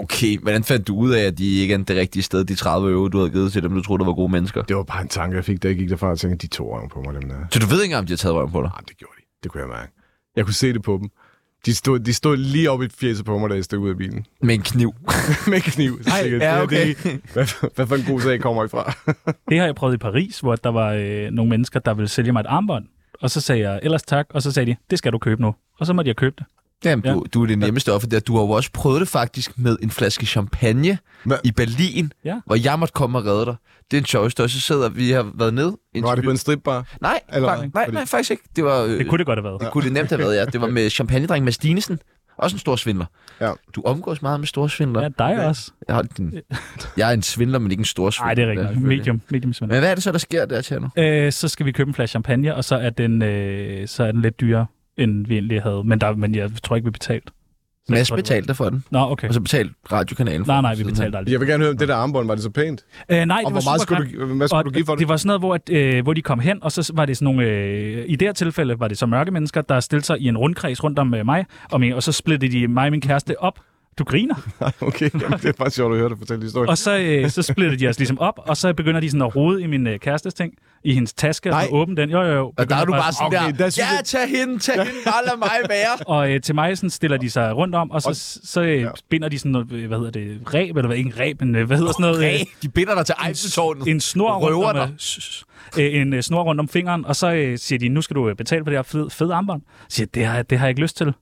okay. Hvordan fandt du ud af, at de ikke er det rigtige sted, de 30 euro, du havde givet til dem, du troede, der var gode mennesker? Det var bare en tanke, jeg fik, da jeg gik derfra og tænkte, de to røven på mig, dem der. Så du ved ikke engang, om de har taget røven på dig? Jamen, det gjorde de. Det kunne jeg mærke. Jeg kunne se det på dem. De stod, de stod lige oppe i fjeset på mig, da jeg stod ud af bilen. Med en kniv. Med kniv. Så Ej, tænkte ja, jeg, det er det- Hvad, for- hvad for en god sag kommer I fra? Det har jeg prøvet i Paris, hvor der var øh, nogle mennesker, der ville sælge mig et armbånd. og så sagde jeg ellers tak, og så sagde de, det skal du købe nu. Og så måtte jeg købe det. Jamen, du, du er det nemmeste offer der. Du har jo også prøvet det faktisk med en flaske champagne Hva? i Berlin, Ja. hvor jeg måtte komme og redde dig. Det er en sjov historie. Så sidder vi har været ned. Var det på en stripbar? Nej, Eller fa- hvad? nej, Fordi- nej, faktisk ikke. Det var, øh, Det kunne det godt have været. det kunne det nemt have været, ja. Det var med champagnedreng med Stinesen. Også en stor svindler. Ja. Du omgås meget med store svindler. Ja, dig også. Jeg, har din, jeg er en svindler, men ikke en stor svindler. Nej, det er Ja, rigtigt. selvfølgelig. Medium, medium svindel. Men hvad er det så, der sker der til nu? Øh, så skal vi købe en flaske champagne, og så er den, øh, så er den lidt dyrere, end vi egentlig havde. Men, der, men jeg tror ikke, vi betalte. Så jeg Mads tror, det var- betalte dig for den, Nå, okay. og så betalte radiokanalen for Nej, den nej, vi siden betalte aldrig. Jeg vil gerne høre om det der armbånd. Var det så pænt? Øh, nej, det Og var hvor meget super skulle grimt. du, hvad skulle du give for det? det var sådan noget, hvor, at, øh, hvor de kom hen, og så var det sådan nogle, øh, i det her tilfælde var det så mørke mennesker, der stillede sig i en rundkreds rundt om øh, mig, og, min, og så splittede de mig og min kæreste op. Du griner. Nej, okay. Jamen, det er bare sjovt at høre dig fortælle historien. Og så, øh, så splitter de os ligesom op, og så begynder de sådan at rode i min øh, kærestes ting, i hendes taske, og Nej. sådan åbne den. Jo, jo, jo. Og der er du bare Begynder sådan okay, Okay, der, der synes ja, jeg- tag hende, tag hende, bare lad mig være. Og øh, til mig sådan stiller de sig rundt om, og så, så øh, ja. binder de sådan noget, øh, hvad hedder det, ræb, eller hvad, ikke en ræb, men øh, hvad hedder sådan noget? Øh, De binder dig til Eiffeltårnet. en snor Røver rundt om, dig. øh, s- øh, en øh, snor rundt om fingeren, og så øh, siger de, nu skal du øh, betale for det her fede, fede armbånd. Så siger jeg, det har, det har jeg ikke lyst til.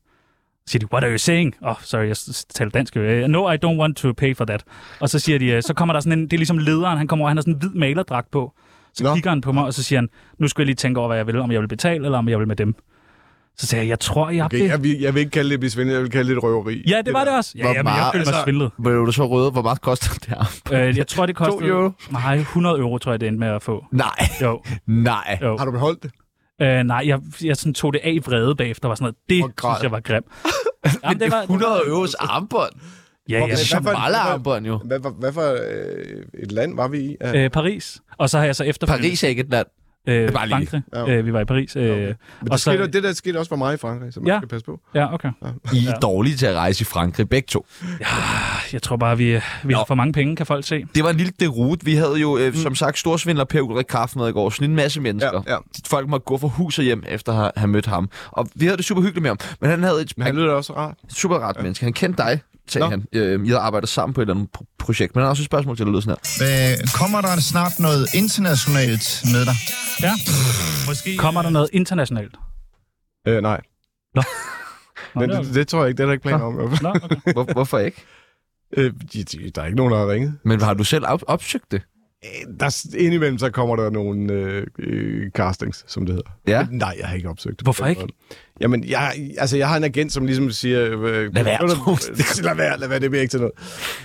Så siger de, what are you saying? Åh, oh, sorry, jeg s- s- taler dansk. Uh, no, I don't want to pay for that. Og så siger de, øh, så kommer der sådan en, det er ligesom lederen, han kommer over, han har sådan en hvid malerdragt på. Så Nå. kigger han på mig, og så siger han, nu skal jeg lige tænke over, hvad jeg vil, om jeg vil betale, eller om jeg vil med dem. Så sagde jeg, jeg tror, jeg... Okay, jeg, vil, jeg vil ikke kalde det at blive svindlet, jeg vil kalde det et røveri. Ja, det var det også. Ja, Hvor jamen, jeg meget- følte mig altså- svindlet. Blev du så røde? Hvor meget koster det her? Øh, jeg tror, det kostede... euro. Nej, 100 euro, tror jeg, det endte med at få. Nej, Jo, nej. jo. Har du beholdt det? Øh, nej, jeg, jeg sådan tog det af i vrede bagefter, var sådan noget. Og Det græd. synes jeg var grim. Jamen, Det var 100 euros armbånd. Ja, ja. Det er Hvad for en- Shambhala-armbånd jo. Hvad, hvad, hvad for øh, et land var vi i? Ja. Øh, Paris. Og så har jeg så efter Paris er ikke et land. øh, bare lige. Frankrig. Ja. Øh, vi var i Paris. Øh, okay. Men og det, så, skete, det der skete også for mig i Frankrig, så man Ja. skal passe på. ja, okay. I er dårlige til at rejse i Frankrig, begge to. Jeg tror bare, vi, vi har for mange penge, kan folk se. Det var en lille derute. Vi havde jo, øh, som sagt, storsvindler Per Ulrik Kaffen med i går. Sådan en masse mennesker. Ja, ja. Folk måtte gå fra hus og hjem, efter at have- have mødt ham. Og vi havde det super hyggeligt med ham. Men han havde et, Men han lyder også rart. super rart ja. menneske. Han kendte dig, sagde Nå. han. Øh, I havde arbejdet sammen på et eller andet pro- projekt. Men han har også et spørgsmål til, der lyder sådan her. Hvad, kommer der snart noget internationalt med dig? Ja. Måske, Kommer der noget internationalt? Øh, nej. Nå. Men Nå, det, det tror jeg ikke, det er der ikke planer om. Nå, okay. Hvor, hvorfor ikke? Øh, de, de, der er ikke nogen, der har ringet. Men har du selv op- opsøgt det? Øh, Der, s- indimellem så kommer der nogle øh, øh, castings, som det hedder. Ja. Men Nej, jeg har ikke opsøgt det. Hvorfor ikke? Jamen, jeg, altså, jeg har en agent, som ligesom siger... Øh, lad være, Troels. lad være, lad være, det bliver ikke til noget.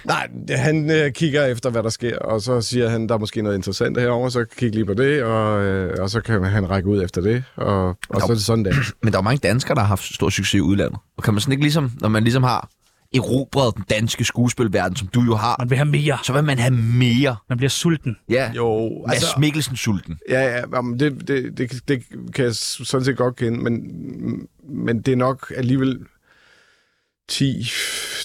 Nej, han øh, kigger efter, hvad der sker, og så siger han, der er måske noget interessant herovre, så kig lige på det, og, øh, og så kan han række ud efter det, og, og så er det sådan der. Men der er jo mange danskere, der har haft stor succes i udlandet. Og kan man sådan ikke ligesom, når man ligesom har erobret den danske skuespilverden, som du jo har, Man vil have mere. så vil man have mere. Man bliver sulten. Ja, Jo, Mads altså... Mikkelsen-sulten. Ja, ja, jamen, det, det, det, det kan jeg sådan set godt kende, men, men det er nok alligevel 10,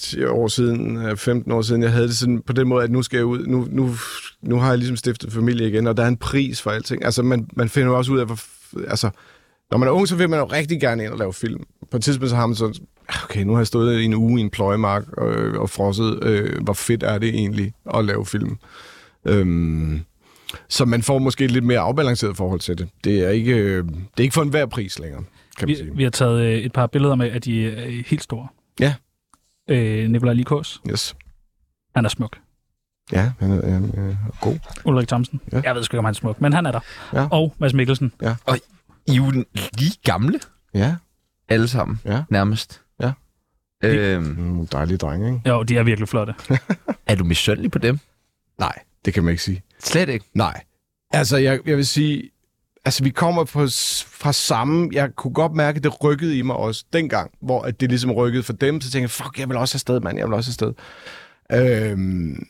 10 år siden, øh, 15 år siden, jeg havde det sådan på den måde, at nu skal jeg ud, nu, nu, nu har jeg ligesom stiftet familie igen, og der er en pris for alting. Altså, man, man finder jo også ud af, hvor, f- altså, når man er ung, så vil man jo rigtig gerne ind og lave film. På et tidspunkt så har man sådan, okay, nu har jeg stået i en uge i en pløjemark øh, og frosset, øh, hvor fedt er det egentlig at lave film? Øhm, så man får måske et lidt mere afbalanceret forhold til det. Det er ikke, øh, det er ikke for enhver pris længere, kan man Vi, sige. vi har taget øh, et par billeder med af de øh, helt store. Ja. Øh, Nikolaj Likås. Yes. Han er smuk. Ja, han er, han er god. Ulrik Thomsen. Ja. Ja. Jeg ved sgu ikke, om han er smuk, men han er der. Ja. Og Mads Mikkelsen. I er jo den- lige gamle, Ja, alle sammen, Ja. nærmest. Ja. Øhm, Mm, nogle dejlige drenge, ikke? Jo, de er virkelig flotte. er du misundelig på dem? Nej, det kan man ikke sige. Slet ikke. Nej. Altså, jeg, jeg vil sige, altså vi kommer på, s- fra samme, jeg kunne godt mærke, det rykkede i mig også dengang, hvor at det ligesom rykkede for dem, så tænkte jeg, fuck, jeg vil også afsted, mand, jeg vil også afsted. Øhm,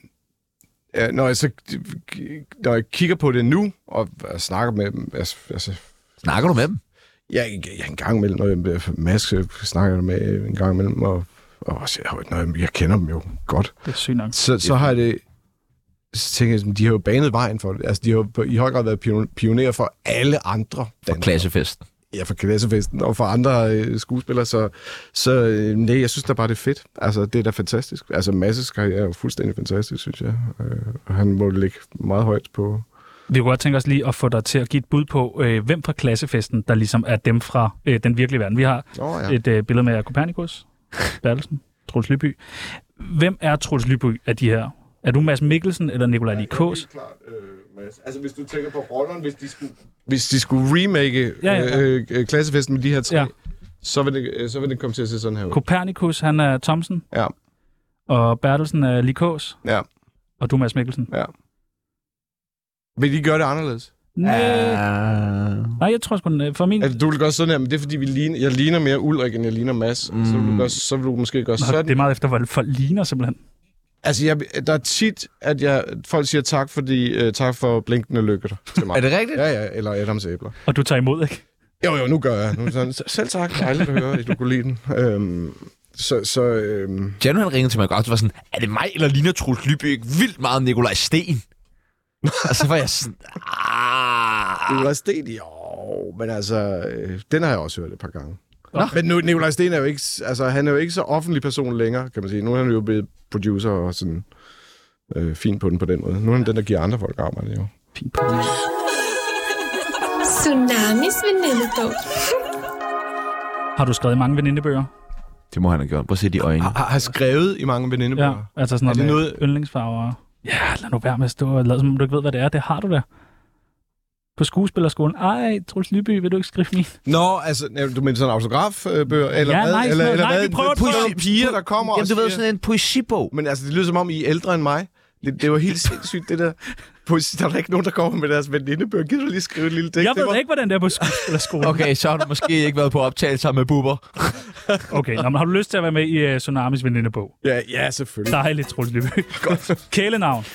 ja, når, jeg så, når jeg kigger på det nu, og, og snakker med dem, altså, altså Snakker du med dem? Ja, en- ja, en gang imellem. Når jeg, Mads øh, snakker jeg med en gang imellem, og, og også, jeg, når jeg, jeg kender dem jo godt. Det er sygt nok. Så, så har jeg det... Så tænker jeg, sådan, de har jo banet vejen for det. Altså, de har jo på- i høj grad været pion- pionerer for alle andre På klassefest. ja, for klassefesten og for andre øh, skuespillere. Så, så øh, nej, jeg synes da bare, det er fedt. Altså, det er da fantastisk. Altså, Masses karriere er jo fuldstændig fantastisk, synes jeg. Øh, og han må ligge meget højt på, Vi kunne godt tænke os lige at få dig til at give et bud på, øh, hvem fra klassefesten, der ligesom er dem fra øh, den virkelige verden. Vi har Åh, ja. et øh, billede med Copernicus, Bertelsen, Troels Lyby. Hvem er Troels Lyby af de her? Er du Mads Mikkelsen eller Nikolaj Likås? klart, øh, Mads. Altså, hvis du tænker på rolleren, hvis de skulle... Hvis de skulle remake Ja, ja. Øh, øh, klassefesten med de her tre, Ja. ja. så, vil det, øh, så vil det komme til at se sådan her ud. Copernicus, han er Thomsen, Ja, og Bertelsen er Likås, ja, og du er Mads Mikkelsen. ja. Vil de gøre det anderledes? Nej, nej jeg tror sgu, den, øh, for min... Altså, du vil gøre sådan her, men det er fordi, vi ligner, jeg ligner mere Ulrik, end jeg ligner Mads. Mm. Så, vil du gøre, så vil du måske gøre Nå, sådan. det er meget efter, hvor folk ligner simpelthen. Altså, jeg, der er tit, at jeg, folk siger tak, fordi, uh, tak for blinkende lykke til mig. Er det rigtigt? Ja, ja, eller Adams æbler. Og du tager imod, ikke? Jo, jo, nu gør jeg. Nu er det sådan, selv tak. Dejligt at høre, at du kunne lide den. Øhm, så, så øhm, Janu han ringede til mig og var sådan, er det mig eller ligner Truls Lyby ikke vildt meget Nikolaj Sten? og så var jeg sådan, ah. Nikolaj Sten, jo, men altså, øh, den har jeg også hørt et par gange. Nå. Men nu, Nikolaj Sten er jo ikke, s- altså, han er jo ikke så offentlig person længere, kan man sige. Nu er han jo blevet producer og sådan øh, fin på den på den måde. Nu er han den, der giver andre folk arbejde, jo. Tsunamis venindebog. Har du skrevet mange venindebøger? Det må han have gjort. Prøv at se de øjne. Har, har skrevet i mange Ja, venindebøger. altså sådan Er noget, det med noget- yndlingsfarver. Ja, lad nu være med at stå og lade, som om du ikke ved, hvad det er. Det har du da. På skuespillerskolen. Ej, Truls Lyby, vil du ikke skrive min? Nå, altså, ja, du mener sådan autografbøger, eller Ja, hvad? nej, sådan eller, noget. eller Nej, hvad? vi prøver at Pussy- prøve. piger, der kommer Jamen, og du ved, siger- sådan en poesibog. Men altså, det lyder som om, I er ældre end mig. Det, det var helt sindssygt, det der. Poesi- Der er der ikke nogen, der kommer med deres venindebøger. Gider du lige skrive et lille digt? Jeg Det ved var- ikke, hvordan det er på skuespillerskolen. Okay, så har du måske ikke været på optagelser med buber. okay nå, men har du lyst til at være med i uh, Tsunamis venindebog? Ja, ja, selvfølgelig. Dejligt, Truls Lyby. Kælenavn.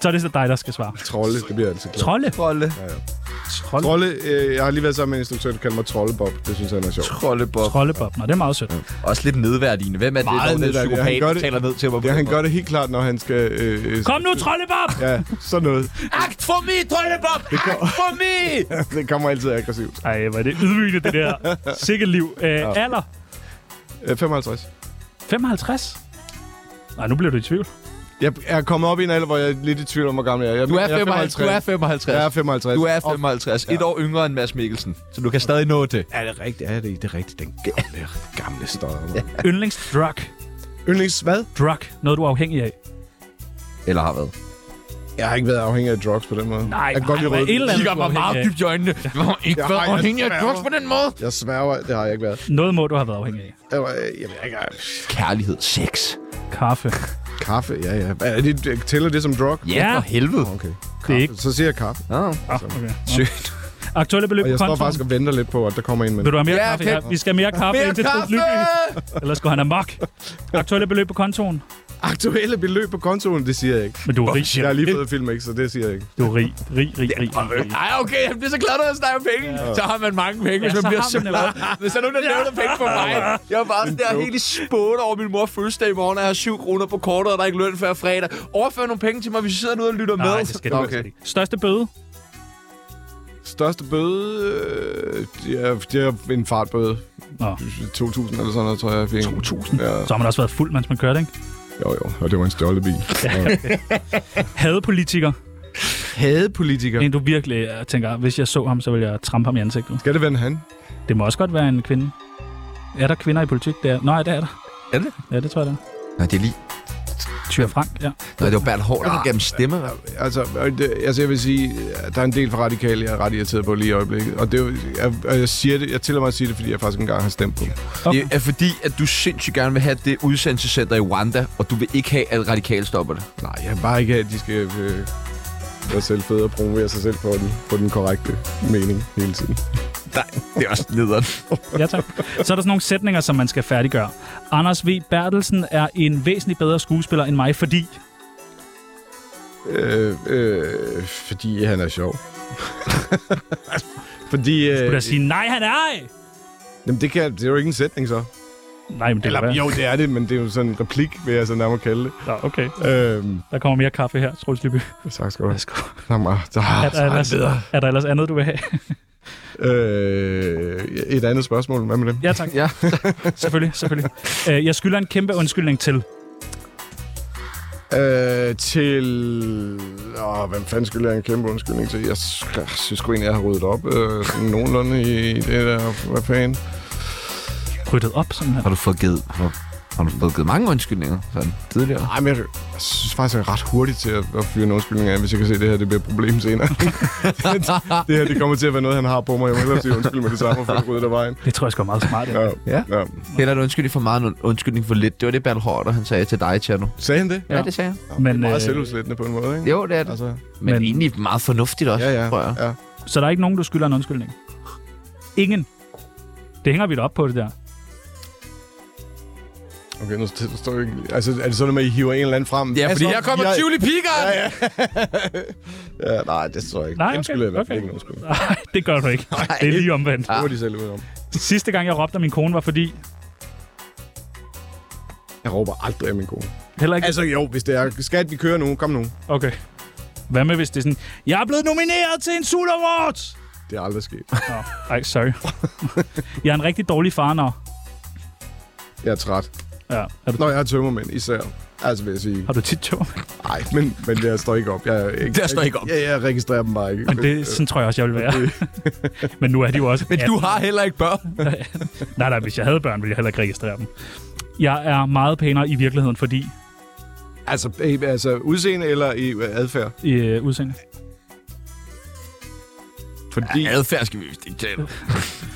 Så er det så dig, der skal svare. Trolde, det bliver altid klart. Trolle. Trolle. Trolle. Trolle, øh, jeg har lige været sammen med en instruktør, der kalder mig Trollebob. Det synes han er sjovt. Trollebob. Trollebob. Nå, det er meget sødt. Også lidt nedværdigende. Hvem er det, Meget der den nedværdigende. psykopat, Han gør der det- taler ned til mig? på Ja, den han måde? gør det helt klart, når han skal... Øh, øh, Kom nu, Trollebob! Ja, sådan noget. Akt for mig, Trollebob! Akt for mig! Det kommer altid aggressivt. Ej, hvor er det ydmygende, det der. Sikkert liv. Uh, alder? Øh, 55. 55? Nej, nu bliver du i tvivl. Jeg er kommet op i en alder, hvor jeg er lidt i tvivl om, hvor gammel jeg er. Jeg, Du er jeg 55. Du er 55. Jeg er 55. Du er 55. Et år yngre end Mads Mikkelsen. Så du kan stadig nå det. Er det rigtigt? Er det, det er rigtigt? Den gamle, gamle støder. Ja. Yndlingsdrug. Yndlings, hvad? Drug. Noget, du er afhængig af. Eller har været. Jeg har ikke været afhængig af drugs på den måde. Nej, jeg kan godt nej, lide hvad et rødvin. eller andet. Kigger mig meget dybt i øjnene. Jeg har ikke Jeg været har- afhængig af jeg drugs på den måde. Jeg sværger, det har jeg ikke været. Noget må du have været afhængig af. Jeg, var, øh, jeg, ved ikke, jeg, Kærlighed. Sex. Kaffe. kaffe, ja, ja. Er det, tæller det som drug? Ja, for helvede. Okay. Det er ikke... Så siger jeg kaffe. Oh. Ah, okay. Sødt. Aktuelle beløb Og på jeg står kontoen. faktisk og venter lidt på, at der kommer en med. Vil du have mere Ja, kaffe? kan- Ja, vi skal have mere kaffe Mere ind til Troels kaffe! Lyby. Ellers går han amok. Aktuelle beløb på kontoen. Aktuelle beløb på kontoen, det siger jeg ikke. Men du er rig. Jeg har lige fået film, ikke? Så det siger jeg ikke. Du er rig. Rig, rig, rig. rig. Ej, okay, jeg bliver så glad, når jeg snakker penge. Så har man mange penge, hvis Ja, så man bliver har så man det glad. bare. Hvis der er nogen, der nævner penge for mig. Jeg var bare sådan der helt i spåt over min mor fødselsdag i morgen, og jeg har 7 kroner på kortet, og der er ikke løn før fredag. Overfør nogle penge til mig, hvis I sidder nu og lytter med. Nej, det skal du okay. ikke. Største bøde? Største bøde... øh, Det er, det er en fartbøde. Nå. 2.000 eller sådan noget, tror jeg, jeg fik. 2.000? Ja. Så har man også været fuld, mens man kørte, ikke? Jo, jo. Og det var en stjålet bil. Hade politiker. Hade politikere. En, du virkelig øh, tænker, hvis jeg så ham, så ville jeg trampe ham i ansigtet. Skal det være en han? Det må også godt være en kvinde. Er der kvinder i politik? Det er... Nej, det er der. Er det? Ja, det tror jeg, der er. Nej, det er lige... Tyre Frank, ja. Nej, det var Bernd Hård, der gav stemme. Altså, øh, det- altså, jeg vil sige, at der er en del for radikale, jeg er ret irriteret på lige i øjeblikket. Og det er, jo- jeg, og jeg siger det, jeg tillader mig at sige det, fordi jeg faktisk engang har stemt på dem. Okay. Det er fordi, at du sindssygt gerne vil have det udsendelsescenter i Rwanda, og du vil ikke have, at radikale stopper det. Nej, jeg vil bare ikke have, at de skal øh, være selv fede og promovere sig selv på den, på den korrekte mening hele tiden. Nej, det er også nederen. ja tak. Så er der sådan nogle sætninger, som man skal færdiggøre. Anders V. Bertelsen er en væsentlig bedre skuespiller end mig, fordi... Øh, øh, fordi han er sjov. fordi... Du Øh, kan sige, nej, han er ej! jamen, det, kan, det er jo ikke en sætning, så. Nej, men det Eller, Eller, jo, det er det, men det er jo sådan en replik, vil jeg så nærmere kalde det. Nå, okay. Øhm, Der kommer mere kaffe her, Troels Lyby. tak skal du have. Værsgo. Jamen, ah, der, Er, der der er ellers, bedre. er der ellers andet, du vil have? Øh, et andet spørgsmål. Hvad med det? ja, tak. Ja. selvfølgelig, selvfølgelig. Øh, Jeg skylder en kæmpe undskyldning til. Øh, til... Åh, hvem fanden skulle jeg have en kæmpe undskyldning til? Jeg sk- jeg synes sgu egentlig, jeg har ryddet op øh, sådan nogenlunde i det der... Hvad fanden? Ryddet op, sådan her. Har du fået givet, har, har du fået givet mange undskyldninger sådan, tidligere? Nej, men jeg, jeg synes faktisk, jeg er ret hurtig til at, at fyre en undskyldning af, hvis jeg kan se, at det her det bliver et problem senere. det her det kommer til at være noget, han har på mig. Jeg må hellere sige undskyld med det samme og få det ryddet af vejen. Det tror jeg sgu er meget smart. Ja. Ja. Ja. ja. Heller en undskyldning for meget, end en undskyldning for lidt. Det var det, Bertel Hårder, han sagde til dig, Tjerno. Sagde han det? Ja, det sagde jeg. Men, Meget øh, selvudslættende på en måde, ikke? Jo, det er det. Altså, Men, Men- men egentlig meget fornuftigt også, ja, ja. tror jeg. ja. så der er ikke nogen, du skylder en undskyldning? Ingen. Det hænger vi da op på, det der. Okay, nu st- står jeg ikke... Altså, er det sådan, at I hiver en eller anden frem? altså, jeg- piger! Ja, ja. ja, nej, det tror jeg ikke. Nej, Den okay, skylder jeg i hvert fald okay. ikke nogen skyld. Nej, det gør du ikke. Det er lige omvendt. Det må de selv ud om. Sidste gang, jeg råbte af min kone, var fordi... Jeg råber aldrig af min kone. Heller ikke... Altså jo, hvis det er... Skat, vi kører nu. Kom nu. Okay. Hvad med, hvis det er sådan... Jeg er blevet nomineret til en Sula Awards! Det er aldrig sket. Nå, ej, sorry. jeg er en rigtig dårlig far, når... Jeg er træt. Ja, er du, Når jeg er tømmermænd, især. Altså vil jeg sige... har du tit tømmer? Nej, men, men jeg står ikke op. Jeg, er ikke, Jeg står ikke op. Jeg, jeg registrerer dem bare ikke. Men det, sådan tror jeg også, jeg vil være. Men nu er de jo også... Men har heller ikke børn. Nej, nej, hvis jeg havde børn, ville jeg heller ikke registrere dem. Jeg er meget pænere i virkeligheden, fordi Altså, babe, altså udseende eller i øh, adfærd? i øh, udseende. Fordi, ja, Adfærd skal vi vist ikke tale om.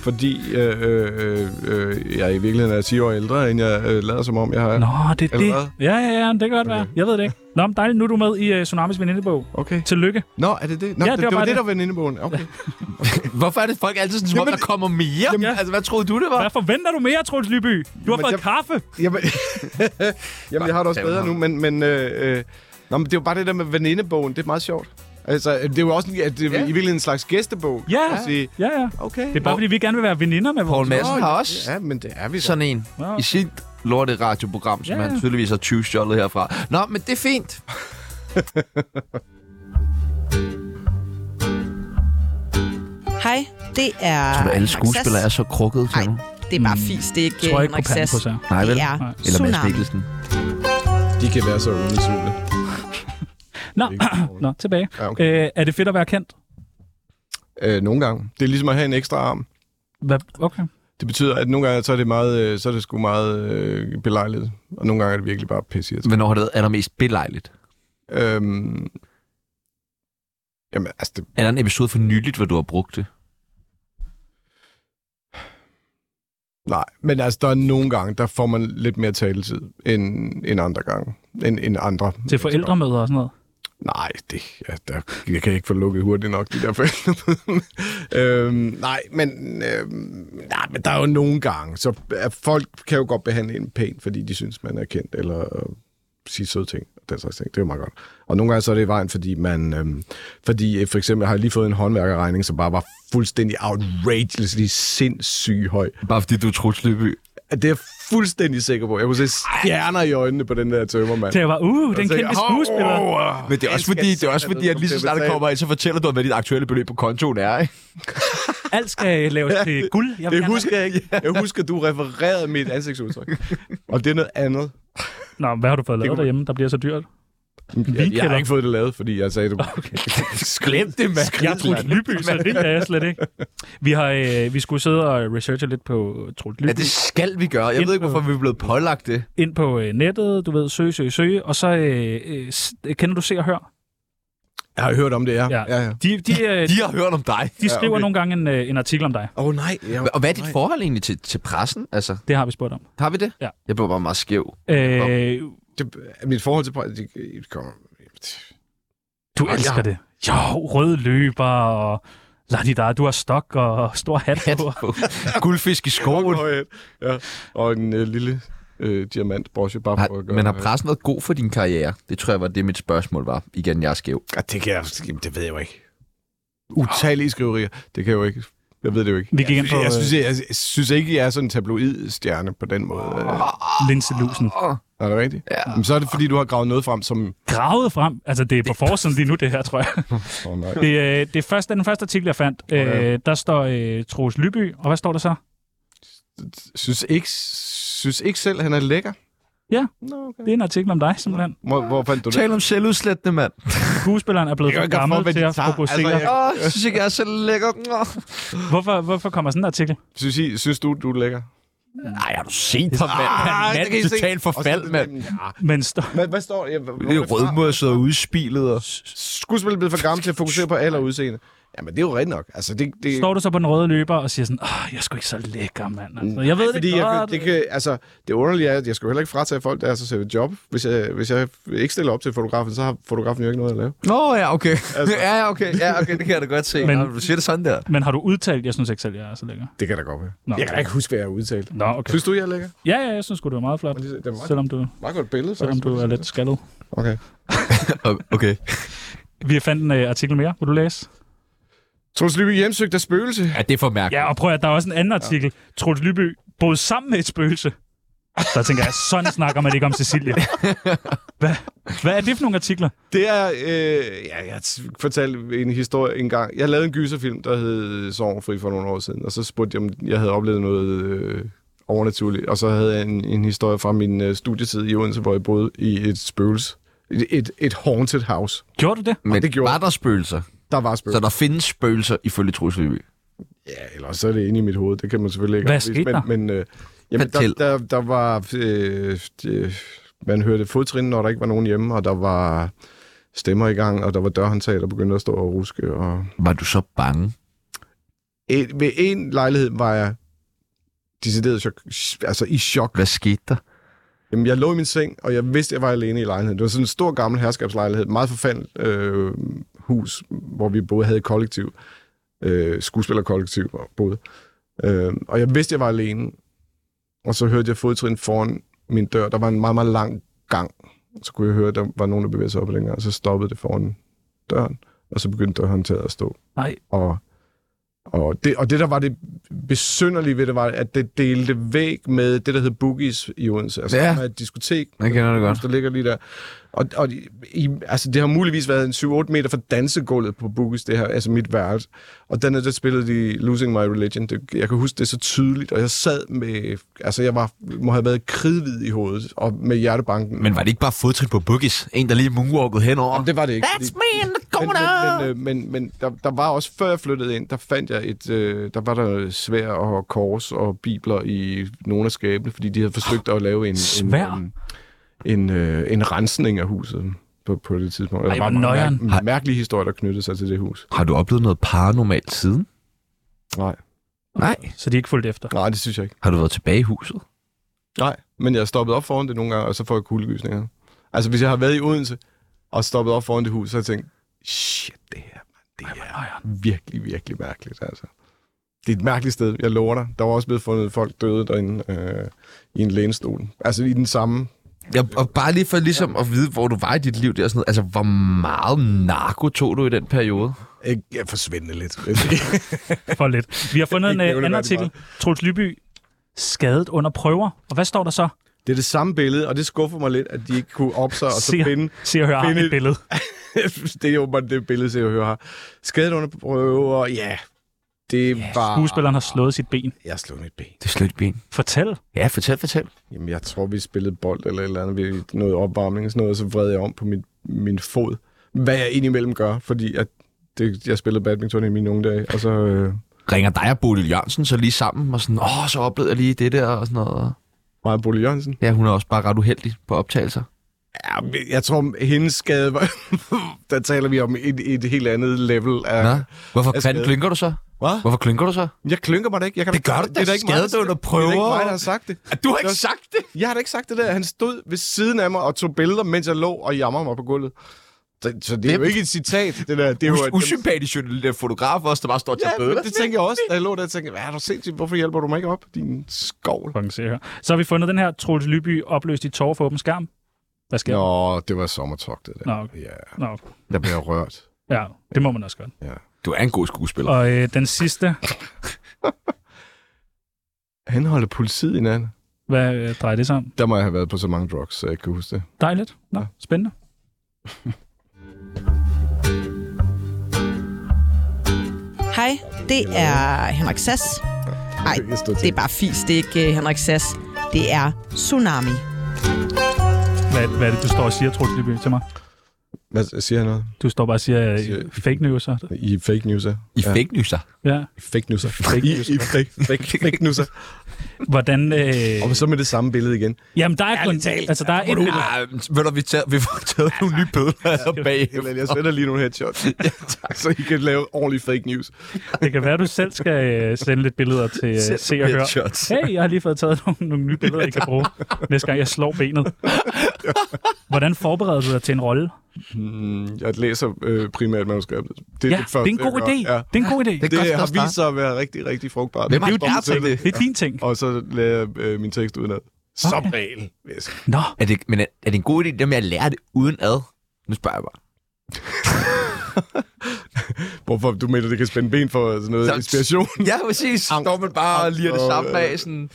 fordi øh, øh, øh, jeg i virkeligheden er 10 år ældre, end jeg øh, lader som om, jeg har... Nå, det er Eller det. hvad? Ja, ja, ja, det kan godt være. Jeg ved det ikke. Nå, men dejligt, nu er du med i uh, Tsunamis venindebog. Okay. Tillykke. Nå, er det det? Nå, Ja, ja, det det, var det, bare var det, det. der var venindebogen. Okay. Hvorfor er det folk altid sådan, som om Jamen- der kommer mere? Jamen, altså, hvad troede du, det var? Hvad forventer du mere, Troels Lyby? Du har Jamen, fået jeg- kaffe. Jamen, Jamen jeg har det også bedre nu, men... men øh, øh, nå, men det er jo bare det der med venindebogen. Det er meget sjovt. Altså, det er jo også en, at det er i virkeligheden en slags gæstebog. kan Ja, man sige. ja, ja. Okay. Det er bare, fordi vi gerne vil være veninder med Poul vores... Madsen har også Ja, men det er vi da. sådan en Nå. i sit lorte radioprogram, som Ja, ja. han tydeligvis har 20 stjålet herfra. Nå, men det er fint. Hej, det er... Sas. så krukket Nej, det er bare fis. Det er ikke Jeg tror ikke på Henrik panden Sass. på sig. Nej, vel? Det er Nej. Eller Mads Tsunami. Mikkelsen. De kan være så undersøgende. Nå, Nå tilbage. Ja, okay. Øh, er det fedt at være kendt? Øh, nogle gange. Det er ligesom at have en ekstra arm. Hvad? Okay. Det betyder, at nogle gange så er det, meget, øh, så er det sgu meget øh, belejligt, og nogle gange er det virkelig bare pisse Hvornår har det været allermest belejligt? øhm, Jamen, altså, det, Er der en episode for nyligt, hvor du har brugt det? nej. Men altså, der er nogle gange, der får man lidt mere taletid end, end andre gange. End, end andre. Til forældremøder og sådan noget? Nej, det, ja, der, jeg kan ikke få lukket hurtigt nok, de der forældre. øhm, nej, men, øhm, nej, men der er jo nogle gange, så øh, folk kan jo godt behandle en pænt, fordi de synes, man er kendt, eller øh, sige søde ting, og den slags ting. Det er jo meget godt. Og nogle gange så er det i vejen, fordi man, øhm, fordi øh, for eksempel har jeg lige fået en håndværkerregning, som bare var fuldstændig outrageously sindssygt høj. Bare fordi du er Truls Lyby. Det er jeg fuldstændig sikker på. Jeg kunne se stjerner i øjnene på den der tømmermand. Så jeg var, uh, den Så tænker kendte jeg, skuespiller. Altså, "Åh, åh, åh." Men det er også Jeg fordi, skal det er også selv fordi at vide, lige så om snart det det er kommer ind, så fortæller du, hvad dit aktuelle beløb på kontoen er, ikke? Alt skal laves til guld. Jeg vil Det gerne- husker jeg ikke. Jeg husker, du refererede mit ansigtsudtryk. Og det er noget andet. Nå, hvad har du fået lavet kunne- derhjemme, der bliver så dyrt? Jeg, jeg har kender- ikke fået det lavet, fordi jeg sagde, du... Okay. Glem det, mand. Jeg er Troels Lyby, så det kan jeg slet ikke. Vi, har, øh, vi skulle sidde og researche lidt på Troels Lyby. Ja, det skal vi gøre. Jeg ved ikke, hvorfor vi er blevet pålagt det. Ind på øh, nettet, du ved, søge, søge, søge. Og så øh, øh, s- kender du Se og Hør. Jeg har hørt om det, ja. ja. ja, ja. De, de, øh, De har hørt om dig. de skriver nogle gange en, øh, en artikel om dig. Åh oh, nej. Jeg... Og hvad er dit forhold egentlig til, til pressen? Altså, Det har vi spurgt om. har vi det? Ja. Jeg blev bare meget skæv. Øh, Det, mit forhold til... Det, det kommer... du elsker det. Jo, rød løber og... Ladidar, du har stok og stor hat Hat på. på. Guldfisk i skoven. Ja. Og en øh, lille øh, diamant brosje, bare for at Har, gøre... men har pressen været god for din karriere? Det tror jeg var det, mit spørgsmål var. Igen, jeg er skæv. Ja, Ah, det kan jeg... Jamen, det ved jeg jo ikke. Utallige skriverier. Det kan jeg jo ikke. Jeg ved det jo ikke. Vi gik ind på Jeg synes, øh, jeg, jeg synes ikke, jeg er sådan en tabloid stjerne på den måde. Øh, Linse Lusen. Er det rigtigt? Ja. Men så er det, fordi du har gravet noget frem, som... Gravet frem. Altså, det er på forsiden lige nu, det her, tror jeg. Oh, nej. Det, øh, det er første, den første artikel, jeg fandt. Okay. Øh, der står øh, Troels Lyby, og hvad står der så? synes ikke, synes ikke selv, han er lækker. Ja, Nå, okay. det er en artikel om dig, simpelthen. Hvor, hvor fandt du det? Tal om selvudslættende, mand. Skuespilleren er blevet Jeg kan for ikke gøre for, gammel hvad de til at tager. fokusere. Altså, Altså, jeg- jeg... Åh, jeg synes ikke, jeg er så lækker. Nå. hvorfor, hvorfor kommer sådan en artikel? Synes, I, synes du, du er lækker? Ah, Ej, har du set dig, mand? Han er en total forfald, mand. Men stå... Hvad, hvad står ja, Det er rødmøsset og udspilet. Og... Skuespillet er blevet for gammel til at fokusere på alder og udseende. Jamen, det er jo rigtigt nok. Altså, det, det, Står du så på den røde løber og siger sådan, Åh, jeg er sgu ikke så lækker, mand. Altså, jeg ved fordi det jeg, godt. det, kan, altså, det underlige er, at jeg skal jo heller ikke fratage folk, der er så søger job. Hvis jeg, hvis jeg ikke stiller op til fotografen, så har fotografen jo ikke noget at lave. Nå, ja, okay. Ja, ja, okay. Ja, okay, det kan jeg da godt se. Men- Men... Du siger det sådan der. Men har du udtalt, jeg synes ikke selv, jeg er så lækker? Det kan da godt være. Nå. Jeg kan da ikke huske, hvad jeg har udtalt. Nå, okay. Synes du, jeg er lækker? Ja, ja, jeg synes sgu, det var meget flot. Det er meget, Selvom du, meget godt billede, selvom du er lidt skaldet. Okay. Okay. Vi fandt en uh, artikel mere, vil du læse? Troels Lyby hjemsøgt af spøgelse. Ja, det er for mærkeligt. Ja, og prøv at der er også en anden artikel. Ja. Troels Lyby boede sammen med et spøgelse. Så tænker jeg, sådan snakker man ikke om Cecilie. Hvad, hvad er det for nogle artikler? Det er, øh, ja, jeg fortalte en historie en gang. Jeg lavede en gyserfilm, der hed Sorgenfri for nogle år siden, og så spurgte jeg, om jeg havde oplevet noget øh, overnaturligt. Og så havde jeg en, en historie fra min øh, studietid i Odense, hvor jeg boede i et spøgelse. Et, et, et haunted house. Gjorde du det? Men det gjorde- var der spøgelser? Der var Så spøgelser. der findes spøgelser ifølge Trusleby. Ja, eller så er det inde i mit hoved. Det kan man selvfølgelig ikke Hvad afvise, skete der? Men, men øh, jamen, der, Fortæl. der, der var... Øh, øh, man hørte fodtrin, når der ikke var nogen hjemme, og der var stemmer i gang, og der var dørhåndtag, der begyndte at stå og ruske, og Var du så bange? En, ved en lejlighed var jeg decideret chok, altså i chok. Hvad skete der? Jamen, jeg lå i min seng, og jeg vidste, jeg var alene i lejligheden. Det var sådan en stor gammel herskabslejlighed, meget forfandt øh, hus, hvor vi både havde et kollektiv, øh, skuespillerkollektiv og boede. Øh, og jeg vidste, jeg var alene, og så hørte jeg fodtrin foran min dør. Der var en meget, meget lang gang. Så kunne jeg høre, at der var nogen, der bevægede sig op ad den gang, og så stoppede det foran døren, og så begyndte dørhåndtaget at stå. Nej, Og, og, det, og det, der var det besynderlige ved det, var, at det delte væg med det, der hed Boogies i Odense. Altså, Ja. ja. et diskotek, Jeg kender det godt. der ligger lige der. Og, og i, altså, det har muligvis været en 7-8 meter fra dansegulvet på Boogies, det her, altså mit værelse. Og dernede, der spillede de Losing My Religion. Det, jeg kan huske det så tydeligt, og jeg sad med... Altså, jeg var, må have været kridhvid i hovedet, og med hjertebanken. Men var det ikke bare fodtrin på Boogies? En, der lige moonwalkede henover? Jamen, det var det ikke. fordi- That's me in the men, corner! men, men, øh, men, men der, der var også, før jeg flyttede ind, der fandt jeg et, øh, der var der svær og kors og bibler i nogle af skabene, fordi de havde forsøgt at lave en, en, Sværd? en, en, øh, en rensning af huset på, på det tidspunkt. Ej, hvor mærke, nøjeren. mær- mærkelige historier, der knyttede sig til det hus. Har du oplevet noget paranormalt siden? Nej. Nej. så de er ikke fulgt efter. Nej, det synes jeg ikke. Har du været tilbage i huset? Nej. Men jeg har stoppet op foran det nogle gange, og så får jeg kuldegysninger. Altså, hvis jeg har været i Odense og stoppet op foran det hus, så har jeg tænkt, shit, det her, man, det er Ej, virkelig, virkelig mærkeligt, altså. Det er et mærkeligt sted, jeg lover dig. Der var også blevet fundet folk døde derinde øh, i en lænestol. Altså i den samme. Ja, og bare lige for ligesom at vide, hvor du var i dit liv, det er sådan noget. Altså, hvor meget narko tog du i den periode? Ikke, jeg forsvinde lidt. for lidt. Vi har fundet en Ikke øh, nævneværdigt anden artikel. Troels Lyby skadet under prøver. Og hvad står der så? det er det samme billede, og det skuffer mig lidt, at de ikke kunne op sig og så Se- finde. Se og hør har Finde- et billede. det er jo bare det billede, som jeg hører her. Skadet under prøver, ja. Det var... Skuespilleren har slået sit ben. Jeg slog mit ben. Det er slet ben. Fortæl. Ja, fortæl, fortæl. Jamen, jeg tror, vi spillede bold eller et eller andet ved noget opvarmning og sådan noget, og så vred jeg om på min, min fod. Hvad jeg indimellem gør, fordi at det, jeg spillede badminton i mine unge dage, og så... Øh, Ringer dig og Bodil Jørgensen så lige sammen, og sådan, åh, så oplevede jeg lige det der, og sådan noget. Maja Bolle Jørgensen. Ja, hun er også bare ret uheldig på optagelser. Ja, men jeg tror, hendes skade var... der taler vi om et, et helt andet level af... Nå, hvorfor Jeg fanden skal- klynker du så? Hvad? Hvorfor klynker du så? Jeg klynker mig da ikke. Jeg kan Det gør du da. Det er da ikke mig, der Skadet under siger- Det er da prøver. ikke mig, der har sagt det. Du har ikke sagt det! Jeg har da ikke sagt det der. Han stod ved siden af mig og tog billeder, mens jeg lå og jammer mig på gulvet. Så, så det er jo ikke et citat, det der. Det er jo et- Usympatisk journalist fotograf også, der bare står til Ja, men det tænker jeg også, da jeg lå der og tænkte, hvad er du sindssygt, hvorfor hjælper du mig ikke op, din skovl? Fucking Se og hør. Så har vi fundet den her. Troels Lyby opløst i tårer for åben skærm. Hvad sker der? Nå, det var sommertog, det der. Nå, okay. Ja, Nå, der blev jeg rørt. ja, det må man også godt. Du er en god skuespiller. Og øh, den sidste, Han holdt politiet i nat. hvad øh, drejer det sig om? Der må jeg have været på så mange drugs, så jeg ikke kan huske det. Dejligt. Nå, spændende. Hej, det er Henrik Sass. Nej, Jeg stod til. det er bare fis, det er ikke øh, Henrik Sass. Det er Tsunami. hvad, hvad er det, du står og siger, Troels Lyby, til mig? Hvad siger jeg noget? Du står bare og siger øh, Siger- fake news. Og, I fake newser. I ja. fake newser. ja. I fake newser. Fake I, newser. I fake, fake, fake newser. Hvordan... Øh, Og så med det samme billede igen. jamen, der er kun... Altså, der er et billede. Ah, ved du, vi, tager, vi får taget nogle nye billeder altså, bagefter. Jeg sender lige nogle headshots, ja, tak. så I kan lave ordentlig fake news. Det kan være, du selv skal øh, sende lidt billeder til øh, Send Se og Hør. headshots. Hey, jeg har lige fået taget nogle, nogle nye billeder, jeg kan bruge, næste gang jeg slår benet. Hvordan forbereder du dig til en rolle? Mm, jeg læser øh, primært manuskriptet. Det Ja, det er en jeg god gør. idé. Ja. Det er en god idé. Det er Det godt sted at har starte. vist sig at være rigtig, rigtig frugtbart. Hvem har Det er jo spurgt dumt til til Det er din ting. det. Og så lader jeg øh, min tekst udenad. Som regel. vil jeg sige. Nå, Er det, men er, er det en god idé, det med at lære det uden ad? Nu spørger jeg bare. Hvorfor du mener, det kan spænde ben for sådan noget Så- så... inspiration? Ja, præcis. Står man bare og liger det og, samme af. øh, Sådan.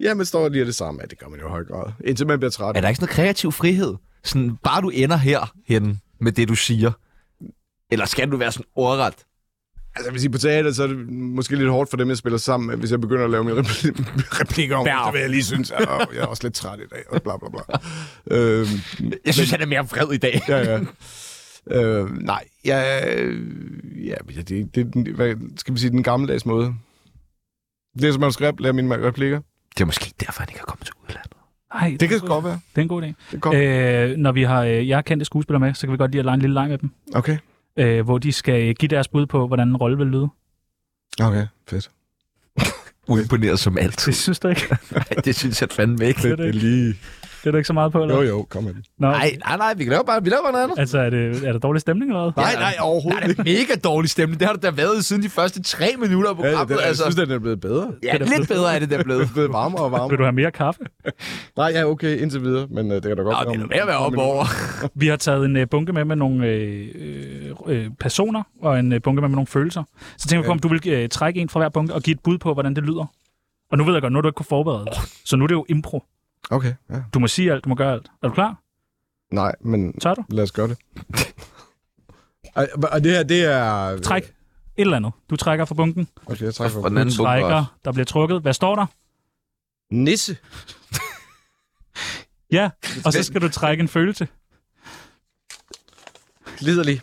ja, man står lige det samme. Ja, det gør man jo i høj grad. Indtil man bliver træt. Er der ikke sådan noget kreativ frihed? Sådan, bare du ender her hen med det, du siger. Eller skal du være sådan ordret? Altså, hvis I er på teater, så er det måske lidt hårdt for dem, jeg spiller sammen med, hvis jeg begynder at lave mine repli- replikker om, så vil jeg lige synes, at "Åh, jeg er også lidt træt i dag, og bla bla bla. øhm, Jeg synes, han er mere vred i dag. ja, ja. Øhm, nej, ja, ja, det, det, det, er den- hvad skal man sige, den gammeldags måde. Det er som manuskript, lærer mine replikker. Det er måske derfor, han ikke er kommet til udlandet. nej, Det kan godt være. det er en god idé. Det kan godt. Øh. Øh, når vi har, øh, jeg har kendte skuespillere med, så kan vi godt lige at lege en lille leg med dem, Okay. øh, hvor de skal øh, give deres bud på, hvordan en rolle vil lyde. Okay, fedt. Uimponeret som altid. Det synes du ikke? Nej, det synes jeg fandme ikke. Det er fedt. det Det er lige... Det er du ikke så meget på, eller? Jo, jo, kom med det. Nå, Nej, nej, nej, vi kan lave bare, vi laver bare noget andet. Altså, er, det, er der dårlig stemning eller hvad? Nej, nej, overhovedet Nej, det er mega dårlig stemning. Det har det da været siden de første tre minutter af Ja, programmet. det, jeg altså, synes, den er blevet bedre. ja, lidt bedre er det, der er blevet. Det er blevet varmere og varmere. Vil du have mere kaffe? Nej, ja, okay, indtil videre, men øh, det kan da godt Nå, det er da ved at være om- om- op over. Vi har taget en øh, bunke med med nogle øh, øh, øh, personer og en øh, bunke med med nogle følelser. Så tænker vi på, om du vil øh, trække en fra hver bunke og give et bud på, hvordan det lyder. Og nu ved jeg godt, nu har du ikke kunne forberede dig. Så nu er det jo impro. Okay, ja. Du må sige alt, du må gøre alt. Er du klar? Nej, men Tør du? lad os gøre det. Ej, Og det her, det er... Træk et eller andet. Du trækker fra bunken. Okay, jeg trækker Og for den anden bunker også. Trækker. Der bliver trukket. Hvad står der? Nisse. Ja. Og så skal du trække en følelse. Liderlig.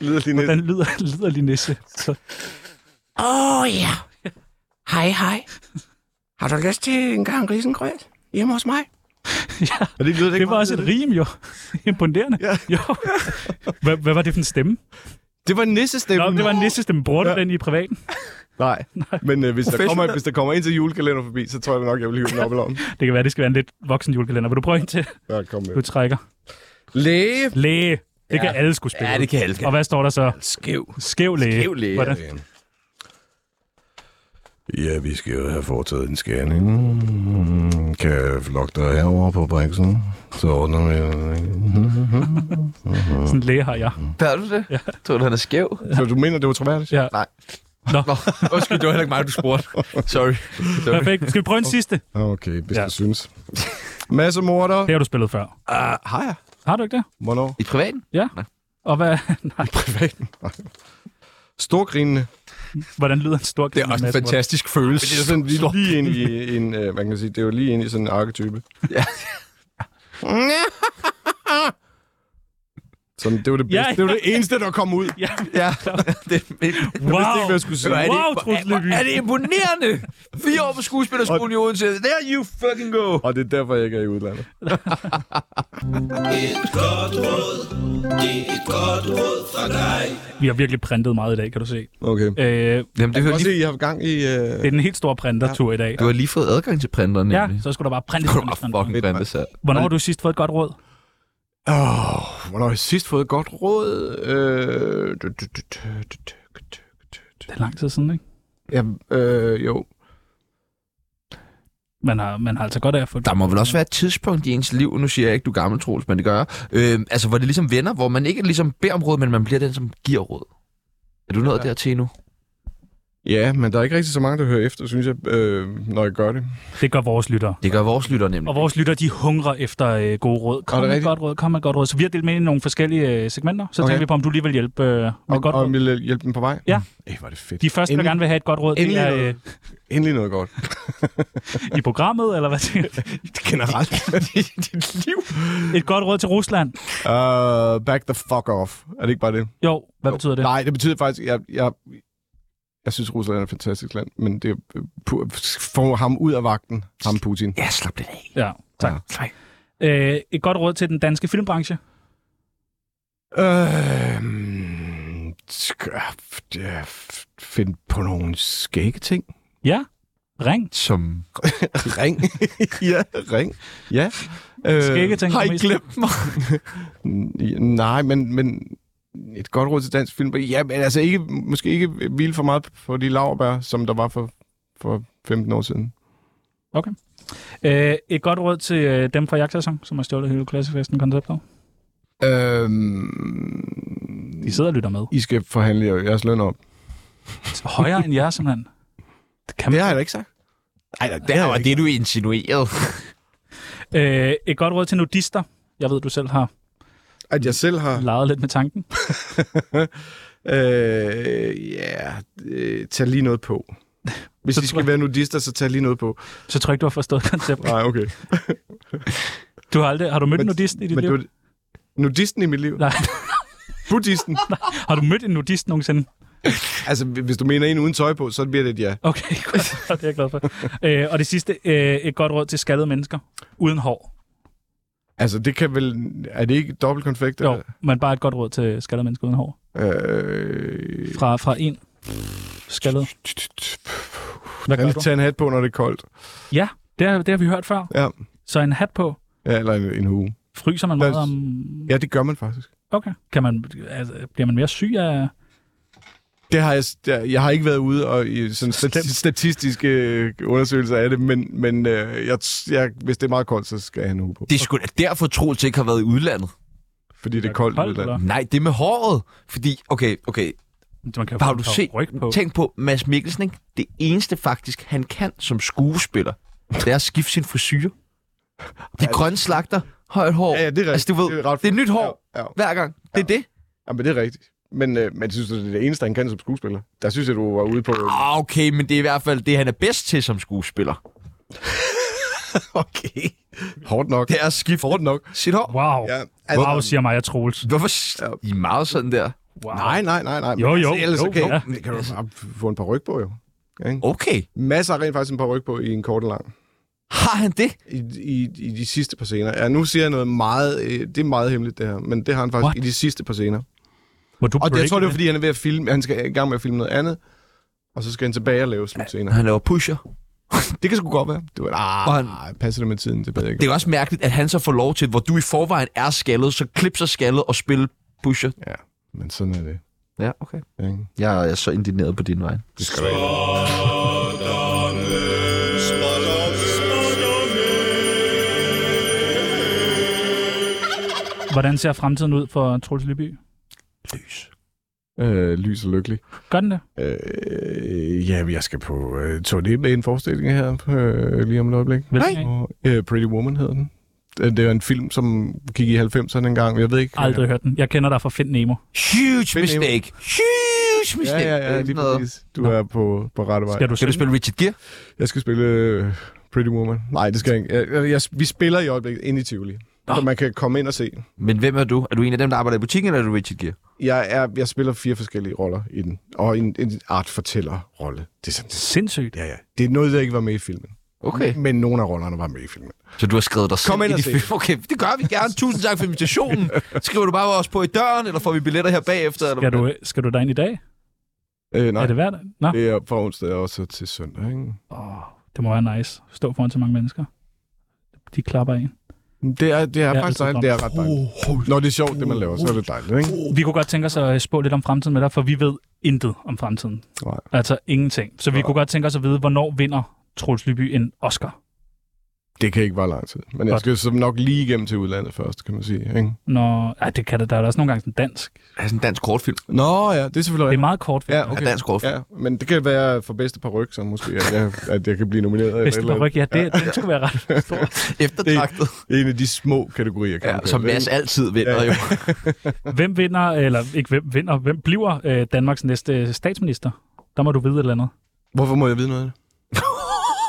Liderlig nisse. Den lyder, lyder lige nisse. Så, Åh oh, ja. Hej, hej. Har du lyst til en gang risengrød hjemme hos mig? ja. Og det lyder Det var også et rim, jo. Imponerende. Ja. Jo. Hvad, hvad var det for en stemme? Det var en nissestemme. Nå, det var en nissestemme. Bruger du den i privaten? Nej, men øh, hvis, der kommer, Professionel. hvis der kommer en til julekalender forbi, så tror jeg nok, jeg vil hive den op i lommen. Det kan være, det skal være en lidt voksen julekalender. Vil du prøve en til? Ja, kom med. Du trækker. Læge. Læge. Det ja. kan alle skulle spille. Ja, det kan alle. Og hvad står der så? Skæv. Skæv læge. Skæv læge. Hvordan? Ja, vi skal jo have foretaget en scanning. Mm, Kan jeg flokke dig herover på Brixen? Så ordner vi Sådan en læge har jeg. Hørte du det? Ja. Tror du, han er skæv? Så du mener, det var troværdigt? Ja. Nå, undskyld, det var heller ikke mig, du spurgte. Sorry. Perfekt. Skal vi prøve en sidste? Okay, hvis Ja. ja. du synes. Masse morder. Det har du spillet før. Ah, Uh, har jeg? Har du ikke det? Hvornår? I privaten? Og hvad, nej, Privaten. Storgrinende. hvordan lyder en stor Det er også en fantastisk følelse. Men det er jo sådan lige, lige ind i en, øh, man kan sige, det er jo lige ind i sådan en arketype. Ja. Sådan, det var det bedste. Ja, ja. Det var det eneste, der kom ud. Ja, Ja, det er vildt. wow. vidste ikke, hvad jeg skulle sige. Hvor er det, Wow, hvor, Troels er, hvor Lyby. er det imponerende? Fire år på skuespillerskolen i Odense. There you fucking go. Og det er derfor, jeg ikke er i udlandet. Vi har virkelig printet meget i dag, kan du se. Okay. Jeg Øh, Jamen, det kan hører også se, lige... I har haft gang i... Øh... det er den helt store printertur i dag. Du har lige fået adgang til printeren, Ja, nemlig. så skulle der bare printe. Kunne du bare fucking printe sig. Hvornår har du sidst fået et godt råd? Oh, hvornår har jeg sidst fået et godt råd? Øh... du- du- du- du- du- du- du- du- du- Det er lang tid siden, ikke? Ja, øh, jo. Man har, man har altså godt af at få et Der må vel også være et tidspunkt i ens liv, nu siger jeg ikke, du er gammel, Troels, men det gør jeg, øh, altså hvor det ligesom vender, hvor man ikke ligesom beder om råd, men man bliver den, som giver råd. Er du nået ja. dertil endnu? Ja, men der er ikke rigtig så mange, der hører efter, synes jeg, øh, når jeg gør det. Det gør vores lyttere. Det gør vores lytter nemlig. Og vores lytter, de hungrer efter øh, gode råd. Er Kom det med et rigtigt? godt råd, kom med et godt råd. Så vi har delt med i nogle forskellige øh, segmenter. Så okay. Okay. tænker vi på, om du lige vil hjælpe øh, med Og, et godt og råd. vil hjælpe dem på vej? Mm. Ja. Ej, var det fedt. De første, der Endelig- gerne vil have et godt råd, det endelig er øh, noget. endelig noget godt. I programmet, eller hvad tænker du? Generelt. Dit liv. Et godt råd til Rusland. uh, back the fuck off. Er det ikke bare det? Jo, hvad betyder det? Nej, det betyder faktisk, jeg, jeg, jeg synes, Rusland er et fantastisk land, men det øh, pu- få ham ud af vagten, ham Putin. Ja, slap det af. Ja, tak. Ja. Øh, et godt råd til den danske filmbranche. Øh, skør, ja, Øhm, f- find på nogle skægge ting. Ja, ring. Som Ring. ja, ring. Ja. Øh, Skægge ting, Har der I mest- glemt mig? N- Nej, men, men et godt råd til dansk film. Ja, men altså ikke, måske ikke hvile for meget på de laverbær, som der var for, for 15 år siden. Øh, et godt råd til øh, dem fra Jagtsæson, som har stjålet hele klassefesten konceptet. Øhm, De sidder og lytter med. I skal forhandle jer- jeres løn op. Højere end jer, simpelthen. Det kan man. har jeg da ikke sagt. Ej, det var det, du insinuerede. Øh, et godt råd til nudister. Jeg ved, du selv har At jeg selv har... leget lidt med tanken. Øh, ja, øh, tag lige noget på. Hvis Så I tror skal jeg- være nudister, så tag lige noget på. Så tror jeg ikke, du har forstået konceptet. Nej, okay. Du har, aldrig, har du mødt en Men- nudist i dit Men liv? du er nudisten i mit liv? Nej. Buddhisten? Har du mødt en nudist nogensinde? Altså, hvis du mener en uden tøj på, så bliver det et ja. Okay, godt. det er jeg glad for. Øh, og det sidste, øh, et godt råd til skadede mennesker. Uden hår. Altså, det kan vel... Er det ikke dobbelt konfekt? Jo, men bare et godt råd til skadede mennesker uden hår. Øh, Fra, fra en skaldet. Hvad gør tag- du? tag en hat på, når det er koldt. Ja, det har, det har vi hørt før. Ja, Så en hat på. ja eller en, en hue. Fryser man Lad meget os- om... Ja, det gør man faktisk. Okay. Kan man, altså, bliver man mere syg af... Det har jeg, jeg, jeg har ikke været ude og i sådan stati- statistiske øh, undersøgelser af det, men, men øh, jeg, jeg, hvis det er meget koldt, så skal jeg have en uge på. Det skulle da derfor Troels ikke har været i udlandet. Fordi det er Koldt, koldt. koldt eller? eller? Nej, det med håret. Fordi, okay, okay, Man kan jo Har du få set? ryg på. Tænk på Mads Mikkelsen, ikke? Det eneste faktisk, han kan som skuespiller, det er at skifte sin frisyr. De grønne slagter, højt hår. Ja, ja, det er rigtigt. Altså, du ved, ret- det er nyt hår Ja, ja. hver gang. Det er det. ja men det er rigtigt. Men øh, man synes, du, det er det eneste, han kan som skuespiller. Der synes jeg, du var ude på... Ah, Okay, men det er i hvert fald det, han er bedst til som skuespiller. Okay. Hårdt nok. Det er at skifte Hårdt nok. sit hår. Wow. Ja, Ja, altså- altså, wow, siger Maja Troels. Hvorfor s- I er meget sådan der? Altså, Wow. Nej, nej, nej, nej. altså, Jo, jo, ellers jo, okay. ja. Men det kan du bare få en par ryg på, jo. Okay, Masser af rent faktisk en par ryg på i en kort og lang. har han det? I, i, I de sidste par scener. Ja, nu siger jeg noget meget... Øh, det er meget hemmeligt, det her. Men det har han faktisk What? i de sidste par scener. Må du Og det, jeg breake tror, det er, fordi han er ved at filme. Han skal i gang med at filme noget andet. Og så skal han tilbage og lave sådan scener. Han laver pusher. Det kan sgu godt være. Du, Og ah, han- nej, passer det med tiden? Det ved jeg ikke. Det er også mærkeligt, at han så får lov til, hvor du i forvejen er skaldet, så klip sig skaldet og spille pusher. Men sådan er det. Ja, okay. Ikke? Jeg er så indigneret på din vej. Hvordan ser fremtiden ud for Troels Lyby? Øh, lys og lykkelig. Gør den det? Øh, ja, jeg skal på øh, turné med en forestilling her øh, lige om et øjeblik. Hvilken en? Og, øh, Pretty Woman hedder den. Øh, Det det er en film, som gik i 90'erne engang. Jeg ved ikke. Aldrig hørt den. Jeg kender dig fra Find Nemo. Huge Find Nemo. mistake. Huge Ja, mistake. ja, ja, Øh, lige noget- præcis. Du er på, på rette vej. Skal du, Skal du spille? spille Richard Gere? Jeg skal spille øh, Pretty Woman. Nej, det skal jeg ikke. Jeg, jeg, jeg, vi spiller i øjeblikket inde i Tivoli, så man kan komme ind og se. Men hvem er du? Er du en af dem, der arbejder i butikken, eller er du Richard Gere? Jeg, er, jeg spiller fire forskellige roller i den, og en, en artfortæller-rolle. Det er sådan, det, Sindssygt. ja, ja. det er noget, der ikke var med i filmen. Okay. Men nogle af rollerne var med i filmen. Så du har skrevet dig selv Kom ind i og dit se film? Okay, det gør vi gerne. Tusind tak for invitationen. Skriver du bare os på i døren, eller får vi billetter her bagefter? Eller Skal hvordan? du, skal du derind i dag? Øh, Nej. nej, Er det hverdag? Nå, det er fra onsdag og så til søndag. Ikke? oh, det må være nice. Stå foran så mange mennesker. De klapper en. Det er, det er Ja, ja, faktisk altså, dejligt. Det er ret dejligt. Når det er sjovt, det man laver, så er det dejligt, ikke? Vi kunne godt tænke os at øh, spå lidt om fremtiden med dig, for vi ved intet om fremtiden. Nej. Altså ingenting. Så vi kunne godt tænke os at vide, hvornår vinder Troels Lyby en Oscar? Det kan ikke være lang tid. Men jeg Godt. skal så nok lige igennem til udlandet først, kan man sige. Ikke? Når... Ej, det kan det. Der er da også nogle gange sådan dansk. Altså en dansk kortfilm. Nå ja, det er Det er selvfølgelig meget kort. rigtigt. Ja, Okay. okay. En dansk kortfilm. Ja, men det kan være for bedste paryk, så måske, at jeg, at jeg kan blive nomineret. eller et Bedste eller andet. ryg, ja, det, det skulle være ret stort. Ja. Eftertragtet. En af de små kategorier, kan Ja, man kalde som det, Mads ikke? altid vinder Ja. jo. Hvem vinder, eller ikke hvem vinder, hvem bliver øh, Danmarks næste statsminister? Der må du vide et eller andet. Hvorfor må jeg vide noget af det?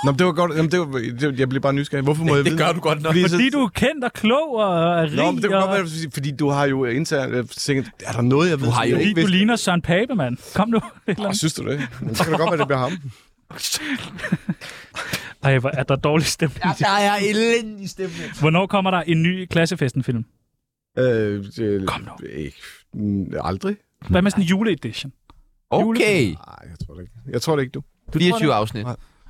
Nå, men det var godt. Jamen, det var, det, jeg blev bare nysgerrig. Hvorfor må Det jeg vide? gør du godt nok. Fordi så- Fordi du er kendt og klog og er rig, Nå, men det kunne og... godt være, fordi- fordi du har jo internt øh, tænkt, er der noget, jeg ved? Du har jo Fordi du ligner Søren Pape, mand. Kom nu. Et eller andet. Synes du det? Men Så kan det godt være, det bliver ham. Ej, hvor er der dårlig stemning. Der er elendig stemning. Hvornår kommer der en ny klassefesten-film? Øh, det, Kom nu. Ikke, mm, aldrig. Hvad med sådan en juleedition? Okay. Nej, jeg tror det ikke. Jeg tror det ikke, du. 24 afsnit.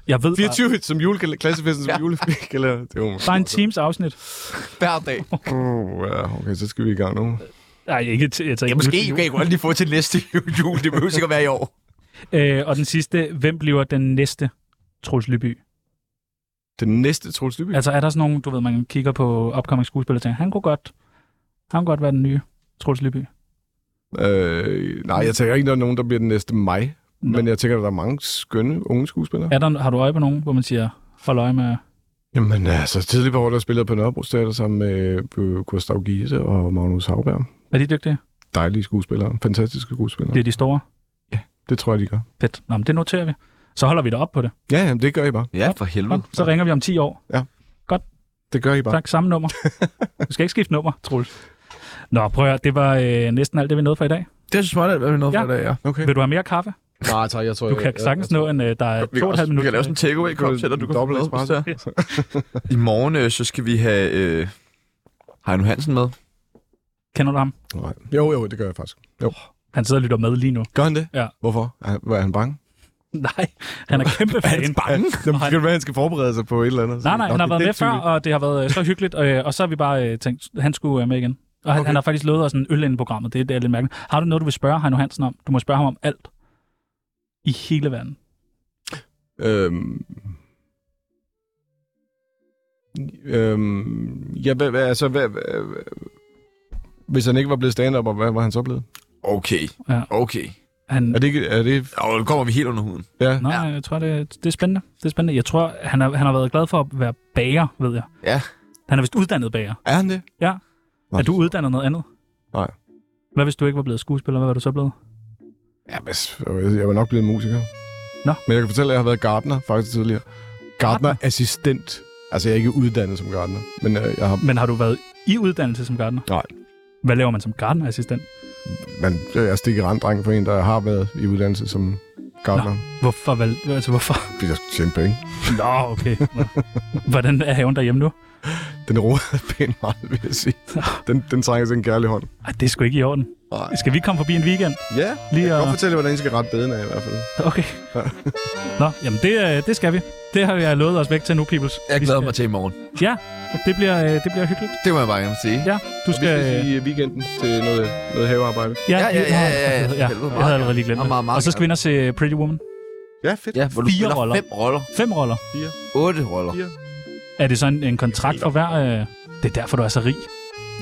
Jeg ved, der, 24 som julekalender, klassefesten som ja. julekalender. Det var der er en teams afsnit. Hver dag. Oh, ja, okay, så skal vi i gang nu. Nej, ikke til... Jeg tager Ja, ikke måske nu til kan jeg godt lige få til næste jul. Det behøver sikkert være i år. jul. Øh, og den sidste, hvem bliver den næste Troels Lyby? Den næste Troels Lyby. Altså, er der sådan nogen, du ved, man kigger på opkommende skuespillere og tænker, han kunne godt, han kunne godt være den nye Troels Lyby. Øh, nej, jeg tænker ikke, der er nogen, der bliver den næste mig. Nå. Men jeg tænker, at der er mange skønne unge skuespillere. Er der, har du øje på nogen, hvor man siger, hold øje med... Jamen altså, tidligere på året, der spillede jeg på Nørrebro Teater sammen med øh, Gustav Giese og Magnus Havberg. Er de dygtige? Dejlige skuespillere, fantastiske skuespillere. Det Det, er de store. det tror jeg, de gør. Fedt. Nå, men det noterer vi. Så holder vi dig op på det. Ja, jamen, det gør I bare. Ja, for helvede. Så ringer vi om 10 år. Det gør I bare. Tak, samme nummer. Du skal ikke skifte nummer, Troels. Nå, prøv at høre, det var øh, næsten alt det, vi nåede for i dag. Det er så småt, at vi nåede Ja. for i dag, ja. Okay. Vil du have mere kaffe? Nej, tak, jeg tror... Du kan sagtens nå en, øh, der er Vi kan, to og et også, halvt vi minut. kan lave sådan en takeaway cocktail, du kan få Dobbelt med, hvis espresso. det er. I morgen, øh, så skal vi have øh, Heino Hansen med. Kender du ham? Nej. Jo, jo, det gør jeg faktisk. Jo. Han sidder og lytter med lige nu. Gør han det? Ja. Hvorfor? Er, var han bange? Nej, han er kæmpe fan. Bange? Jamen, det kan være, han skal forberede sig på et eller andet. Nej, nej, Nå, han har det- været det med før, er tydeligt. og det har været øh, så hyggeligt, og, øh, og så har vi bare øh, tænkt, han skulle øh, med igen. Og han, okay. han har faktisk lovet os en øl inden programmet, det, det er lidt mærkeligt. Har du noget, du vil spørge Heino Hansen om? Du må spørge ham om alt. I hele verden. Øhm... Øhm... Ja, hvad, hvad, altså, hvad, hvad, hvad, hvis han ikke var blevet stand-up, hvad var han så blevet? Okay, Ja. okay. Han, Er det ikke... Er det, Og nu kommer vi helt under huden. ja. Nå, jeg tror, det, det er spændende. Det er spændende. Jeg tror, han har, han har været glad for at være bager, ved jeg. Ja. Han er vist uddannet bager. Er han det? Ja. Nå, er du uddannet noget andet? Nej. Hvad hvis du ikke var blevet skuespiller? Hvad var du så blevet? Ja, hvis, jeg var nok blevet musiker. Nå. Men jeg kan fortælle, at jeg har været gartner faktisk tidligere. Gartner-assistent. Altså, jeg er ikke uddannet som gartner, men øh, jeg har... Men har du været i uddannelse som gartner? Nej. Hvad laver man som gartnerassistent? Man, jeg er stikket randdreng for en, der har været i uddannelse som gartner. Nå. Hvorfor? Vel, altså, hvorfor? Fordi jeg skulle tjene penge. Nå, okay. Nå. Hvordan er haven derhjemme nu? Den roder pænt meget, vil jeg sige. Den, den trænger til en kærlig hånd. Ej, det er sgu ikke i orden. Ej. Skal vi komme forbi en weekend? Ja, Lige jeg kan at- godt fortælle, hvordan I skal rette beden af i hvert fald. Okay. Nå, jamen det, øh, det skal vi. Det har jeg lovet os væk til nu, peoples. Jeg Vi glæder skal- mig til i morgen. Ja, det bliver, øh, det bliver hyggeligt. Det må jeg bare gerne sige. Ja, du Vi skal... ses i weekenden til noget, noget havearbejde. Ja, Ja, ja, ja, ja, ja. ja, Helvede, ja. Jeg meget havde allerede lige glemt Ja, det. meget, meget Og så skal vi ind og se Pretty Woman. Ja, fedt. Ja, hvor du Fire spiller roller. fem roller. Fem roller. Otte roller. Fire. Er det så en, en kontrakt for hver? Øh... Det er derfor, du er så rig.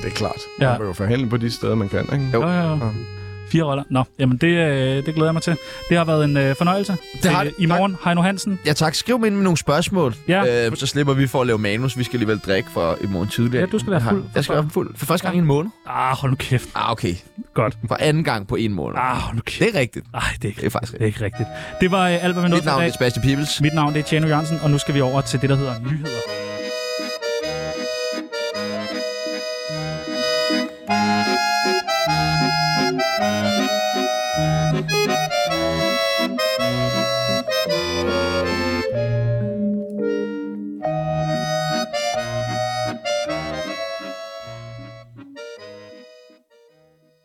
Det er klart. Ja. Man kan jo forhandle på de steder, man kan, ikke? Jo. Jo, jo, jo. Ja. Fire roller. Nå, jamen det, øh, det glæder jeg mig til. Det har været en øh, fornøjelse. Det har Øh, det. I morgen, Heino Hansen. Ja tak, skriv mig ind med nogle spørgsmål. Ja. Øh, så slipper vi for at lave manus. Vi skal alligevel drikke for i morgen tidligere. Ja, du skal være Jeg har- fuld. Jeg skal være fuld. For første gang i en måned. Ah, hold nu kæft. Ah, okay. Godt. For anden gang på en måned. Ah, hold nu Det kæft. er rigtigt. Ej, det er ikke Det er faktisk Det er rigtigt. ikke rigtigt. Det var øh, alt, hvad vi nåede Mit for i navn dag. er Sebastian Pibels. Mit navn det er Tjano Jørgensen, og nu skal vi over til det, der hedder nyheder.